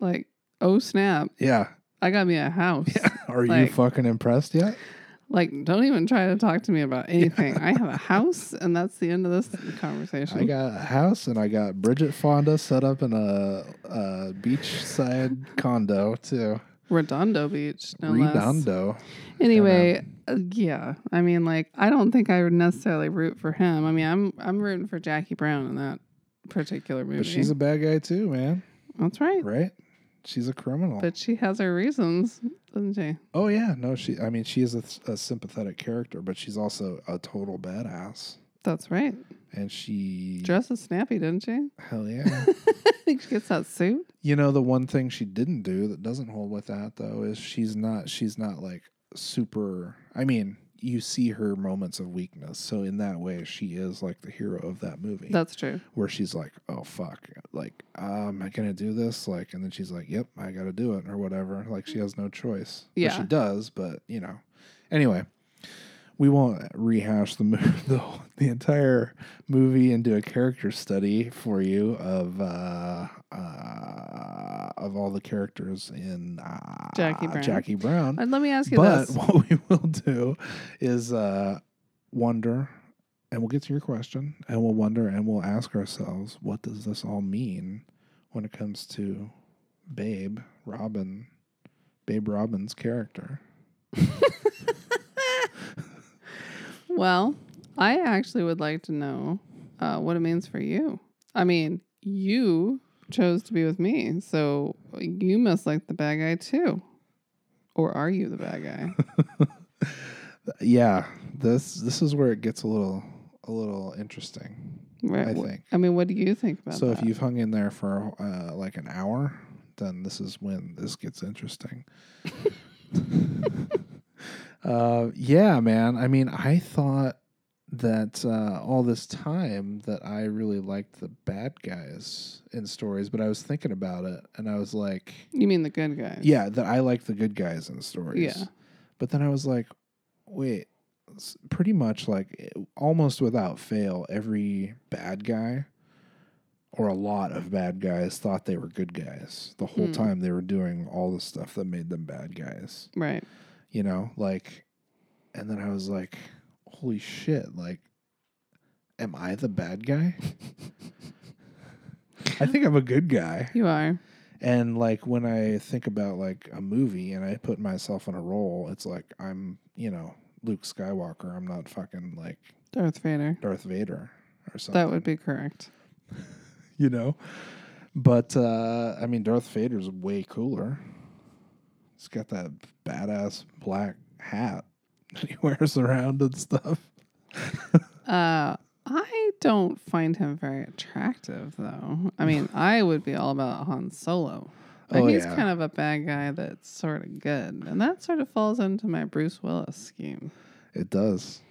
[SPEAKER 2] Like, oh snap!
[SPEAKER 1] Yeah,
[SPEAKER 2] I got me a house.
[SPEAKER 1] Are you
[SPEAKER 2] Like-
[SPEAKER 1] fucking impressed yet?
[SPEAKER 2] Like, don't even try to talk to me about anything. I have a house, and that's the end of this conversation.
[SPEAKER 1] I got a house and I got Bridget Fonda set up in a, a beachside condo too.
[SPEAKER 2] Redondo Beach, no less.
[SPEAKER 1] Redondo.
[SPEAKER 2] Anyway, uh, yeah, I mean, like, I don't think I would necessarily root for him. I mean, I'm I'm rooting for Jackie Brown in that particular movie.
[SPEAKER 1] But she's a bad guy too, man.
[SPEAKER 2] That's right.
[SPEAKER 1] Right? She's a criminal.
[SPEAKER 2] But she has her reasons, doesn't she?
[SPEAKER 1] oh yeah, no, she. I mean, she is a, a sympathetic character, but she's also a total badass.
[SPEAKER 2] That's right.
[SPEAKER 1] And she,
[SPEAKER 2] Dresses snappy, doesn't she?
[SPEAKER 1] hell yeah.
[SPEAKER 2] I think she gets that suit.
[SPEAKER 1] you know, the one thing she didn't do that doesn't hold with that though is she's not. She's not like super. I mean, you see her moments of weakness, so in that way, she is like the hero of that movie.
[SPEAKER 2] That's true.
[SPEAKER 1] where she's like, "Oh fuck, like uh, am I gonna do this?" Like, and then she's like, "Yep, I gotta do it," or whatever. Like, she has no choice. But
[SPEAKER 2] Mm. Yeah.
[SPEAKER 1] she does, but you know. Anyway, we won't rehash the mo- the whole- the entire movie and do a character study for you of uh, uh, of all the characters in uh,
[SPEAKER 2] Jackie Brown.
[SPEAKER 1] Jackie Brown.
[SPEAKER 2] Uh, let me ask you
[SPEAKER 1] But
[SPEAKER 2] this.
[SPEAKER 1] what we will do is uh, wonder, and we'll get to your question, and we'll wonder and we'll ask ourselves, what does this all mean when it comes to Babe Robin, Babe Robin's character?
[SPEAKER 2] Well, I actually would like to know uh, what it means for you. I mean, you chose to be with me, so you must like the bad guy too. Or are you the bad guy?
[SPEAKER 1] Yeah, this this is where it gets a little a little interesting.
[SPEAKER 2] Right.
[SPEAKER 1] I
[SPEAKER 2] wh-
[SPEAKER 1] think.
[SPEAKER 2] I mean, what do you think about
[SPEAKER 1] so
[SPEAKER 2] that?
[SPEAKER 1] if you've hung in there for uh, like an hour, then this is when this gets interesting. uh, yeah, man. I mean, I thought that uh, all this time that I really liked the bad guys in stories, but I was thinking about it and I was like,
[SPEAKER 2] you mean the good guys?
[SPEAKER 1] yeah, that I like the good guys in stories.
[SPEAKER 2] Yeah.
[SPEAKER 1] But then I was like, wait, s- pretty much like eh, almost without fail, every bad guy or a lot of bad guys thought they were good guys the whole
[SPEAKER 2] Hmm.
[SPEAKER 1] time they were doing all the stuff that made them bad guys
[SPEAKER 2] Right.
[SPEAKER 1] you know like and then i was like holy shit like am i the bad guy i think i'm a good guy
[SPEAKER 2] You are.
[SPEAKER 1] and like when i think about like a movie and i put myself in a role it's like i'm you know luke skywalker i'm not fucking like
[SPEAKER 2] Darth Vader.
[SPEAKER 1] darth vader or something
[SPEAKER 2] That would be correct.
[SPEAKER 1] you know but uh i mean darth vader's way cooler he's got that badass black hat that he wears around and stuff
[SPEAKER 2] Uh, I don't find him very attractive, though. I mean, I would be all about Han Solo. But
[SPEAKER 1] Oh,
[SPEAKER 2] he's
[SPEAKER 1] yeah.
[SPEAKER 2] kind of a bad guy that's sort of good. And that sort of falls into my Bruce Willis scheme.
[SPEAKER 1] it does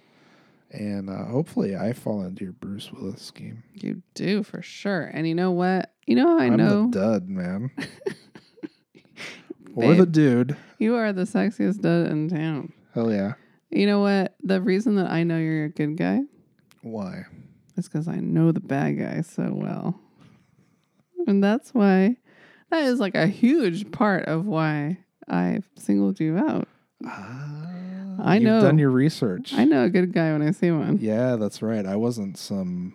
[SPEAKER 1] and uh, hopefully i fall into your bruce willis scheme
[SPEAKER 2] You do for sure. And you know what? You know how I
[SPEAKER 1] am
[SPEAKER 2] know
[SPEAKER 1] the dud man or the
[SPEAKER 2] Babe.
[SPEAKER 1] dude
[SPEAKER 2] you are the sexiest dud in town.
[SPEAKER 1] hell yeah
[SPEAKER 2] You know what? The reason that I know you're a good guy
[SPEAKER 1] why
[SPEAKER 2] is because I know the bad guy so well. And that's why that is like a huge part of why I singled you out.
[SPEAKER 1] Ah,
[SPEAKER 2] I
[SPEAKER 1] you've
[SPEAKER 2] know.
[SPEAKER 1] done your research
[SPEAKER 2] I know a good guy when I see one.
[SPEAKER 1] Yeah, that's right. I wasn't some.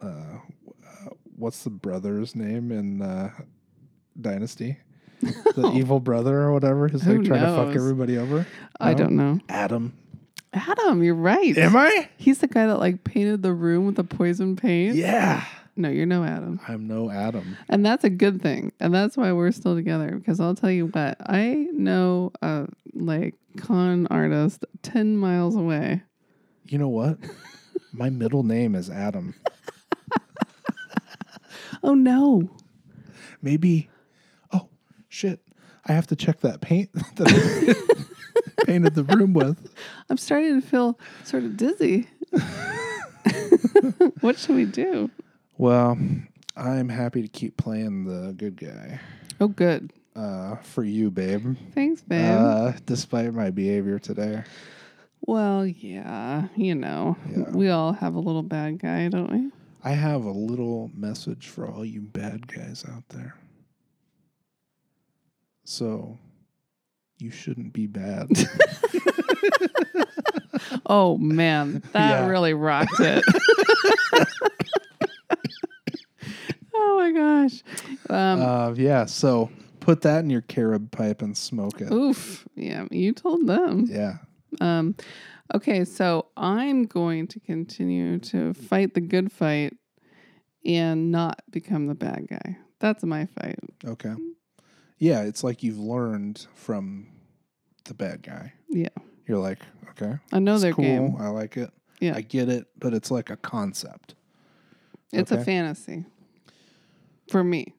[SPEAKER 1] Uh, uh, what's the brother's name in uh, Dynasty? The evil brother or whatever who's like
[SPEAKER 2] Who
[SPEAKER 1] trying to fuck
[SPEAKER 2] knows?
[SPEAKER 1] everybody over.
[SPEAKER 2] I
[SPEAKER 1] No?
[SPEAKER 2] don't know.
[SPEAKER 1] Adam.
[SPEAKER 2] Adam, you're right.
[SPEAKER 1] Am I?
[SPEAKER 2] He's the guy that like painted the room with the poison paint.
[SPEAKER 1] Yeah.
[SPEAKER 2] No, you're no Adam.
[SPEAKER 1] I'm no Adam.
[SPEAKER 2] And that's a good thing. And that's why we're still together because I'll tell you what, I know a like con artist 10 miles away.
[SPEAKER 1] You know what? My middle name is Adam.
[SPEAKER 2] Oh no.
[SPEAKER 1] Maybe. Oh shit! I have to check that paint that I painted the room with.
[SPEAKER 2] I'm starting to feel sort of dizzy. what should we do?
[SPEAKER 1] Well, I'm happy to keep playing the good guy
[SPEAKER 2] Oh, good.
[SPEAKER 1] uh, for you, babe.
[SPEAKER 2] Thanks, babe.
[SPEAKER 1] Uh, despite my behavior today.
[SPEAKER 2] well, yeah, you know,
[SPEAKER 1] Yeah.
[SPEAKER 2] we all have a little bad guy, don't we?
[SPEAKER 1] I have a little message for all you bad guys out there. So you shouldn't be bad.
[SPEAKER 2] Oh man, that
[SPEAKER 1] Yeah.
[SPEAKER 2] really rocked it. oh my gosh. Um,
[SPEAKER 1] uh, yeah, so put that in your carob pipe and smoke
[SPEAKER 2] Uh,
[SPEAKER 1] it.
[SPEAKER 2] oof. Yeah, you told them.
[SPEAKER 1] Yeah.
[SPEAKER 2] Um, okay, so I'm going to continue to fight the good fight and not become the bad guy. That's my fight.
[SPEAKER 1] Okay. Yeah, it's like you've learned from the bad guy.
[SPEAKER 2] Yeah.
[SPEAKER 1] You're like, okay,
[SPEAKER 2] I know
[SPEAKER 1] it's
[SPEAKER 2] their
[SPEAKER 1] cool.
[SPEAKER 2] game.
[SPEAKER 1] I like it.
[SPEAKER 2] Yeah.
[SPEAKER 1] I get it, but it's like a concept.
[SPEAKER 2] It's a
[SPEAKER 1] Okay.
[SPEAKER 2] fantasy for me.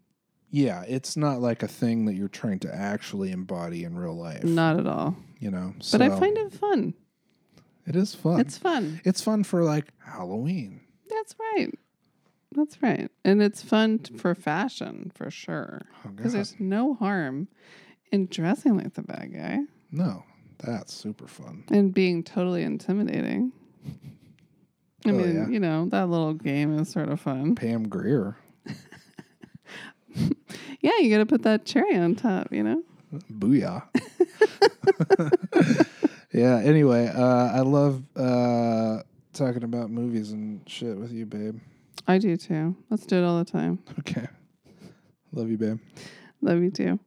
[SPEAKER 1] Yeah, it's not like a thing that you're trying to actually embody in real life.
[SPEAKER 2] Not at all.
[SPEAKER 1] you know.
[SPEAKER 2] But I find it fun.
[SPEAKER 1] it is fun.
[SPEAKER 2] It's fun.
[SPEAKER 1] It's fun for like Halloween.
[SPEAKER 2] That's right. That's right. And it's fun t- for fashion for sure.
[SPEAKER 1] Oh,
[SPEAKER 2] Because
[SPEAKER 1] God.
[SPEAKER 2] there's no harm in dressing like the bad guy
[SPEAKER 1] No, that's super fun.
[SPEAKER 2] and being totally intimidating. I
[SPEAKER 1] Oh,
[SPEAKER 2] mean,
[SPEAKER 1] yeah.
[SPEAKER 2] you know, that little game is sort of fun.
[SPEAKER 1] Pam Greer,
[SPEAKER 2] Yeah, you got to put that cherry on top, you know?
[SPEAKER 1] booyah. yeah. Anyway, uh, I love uh, talking about movies and shit with you, babe.
[SPEAKER 2] I do too. Let's do it all the time.
[SPEAKER 1] Okay. Love you, babe.
[SPEAKER 2] Love you too.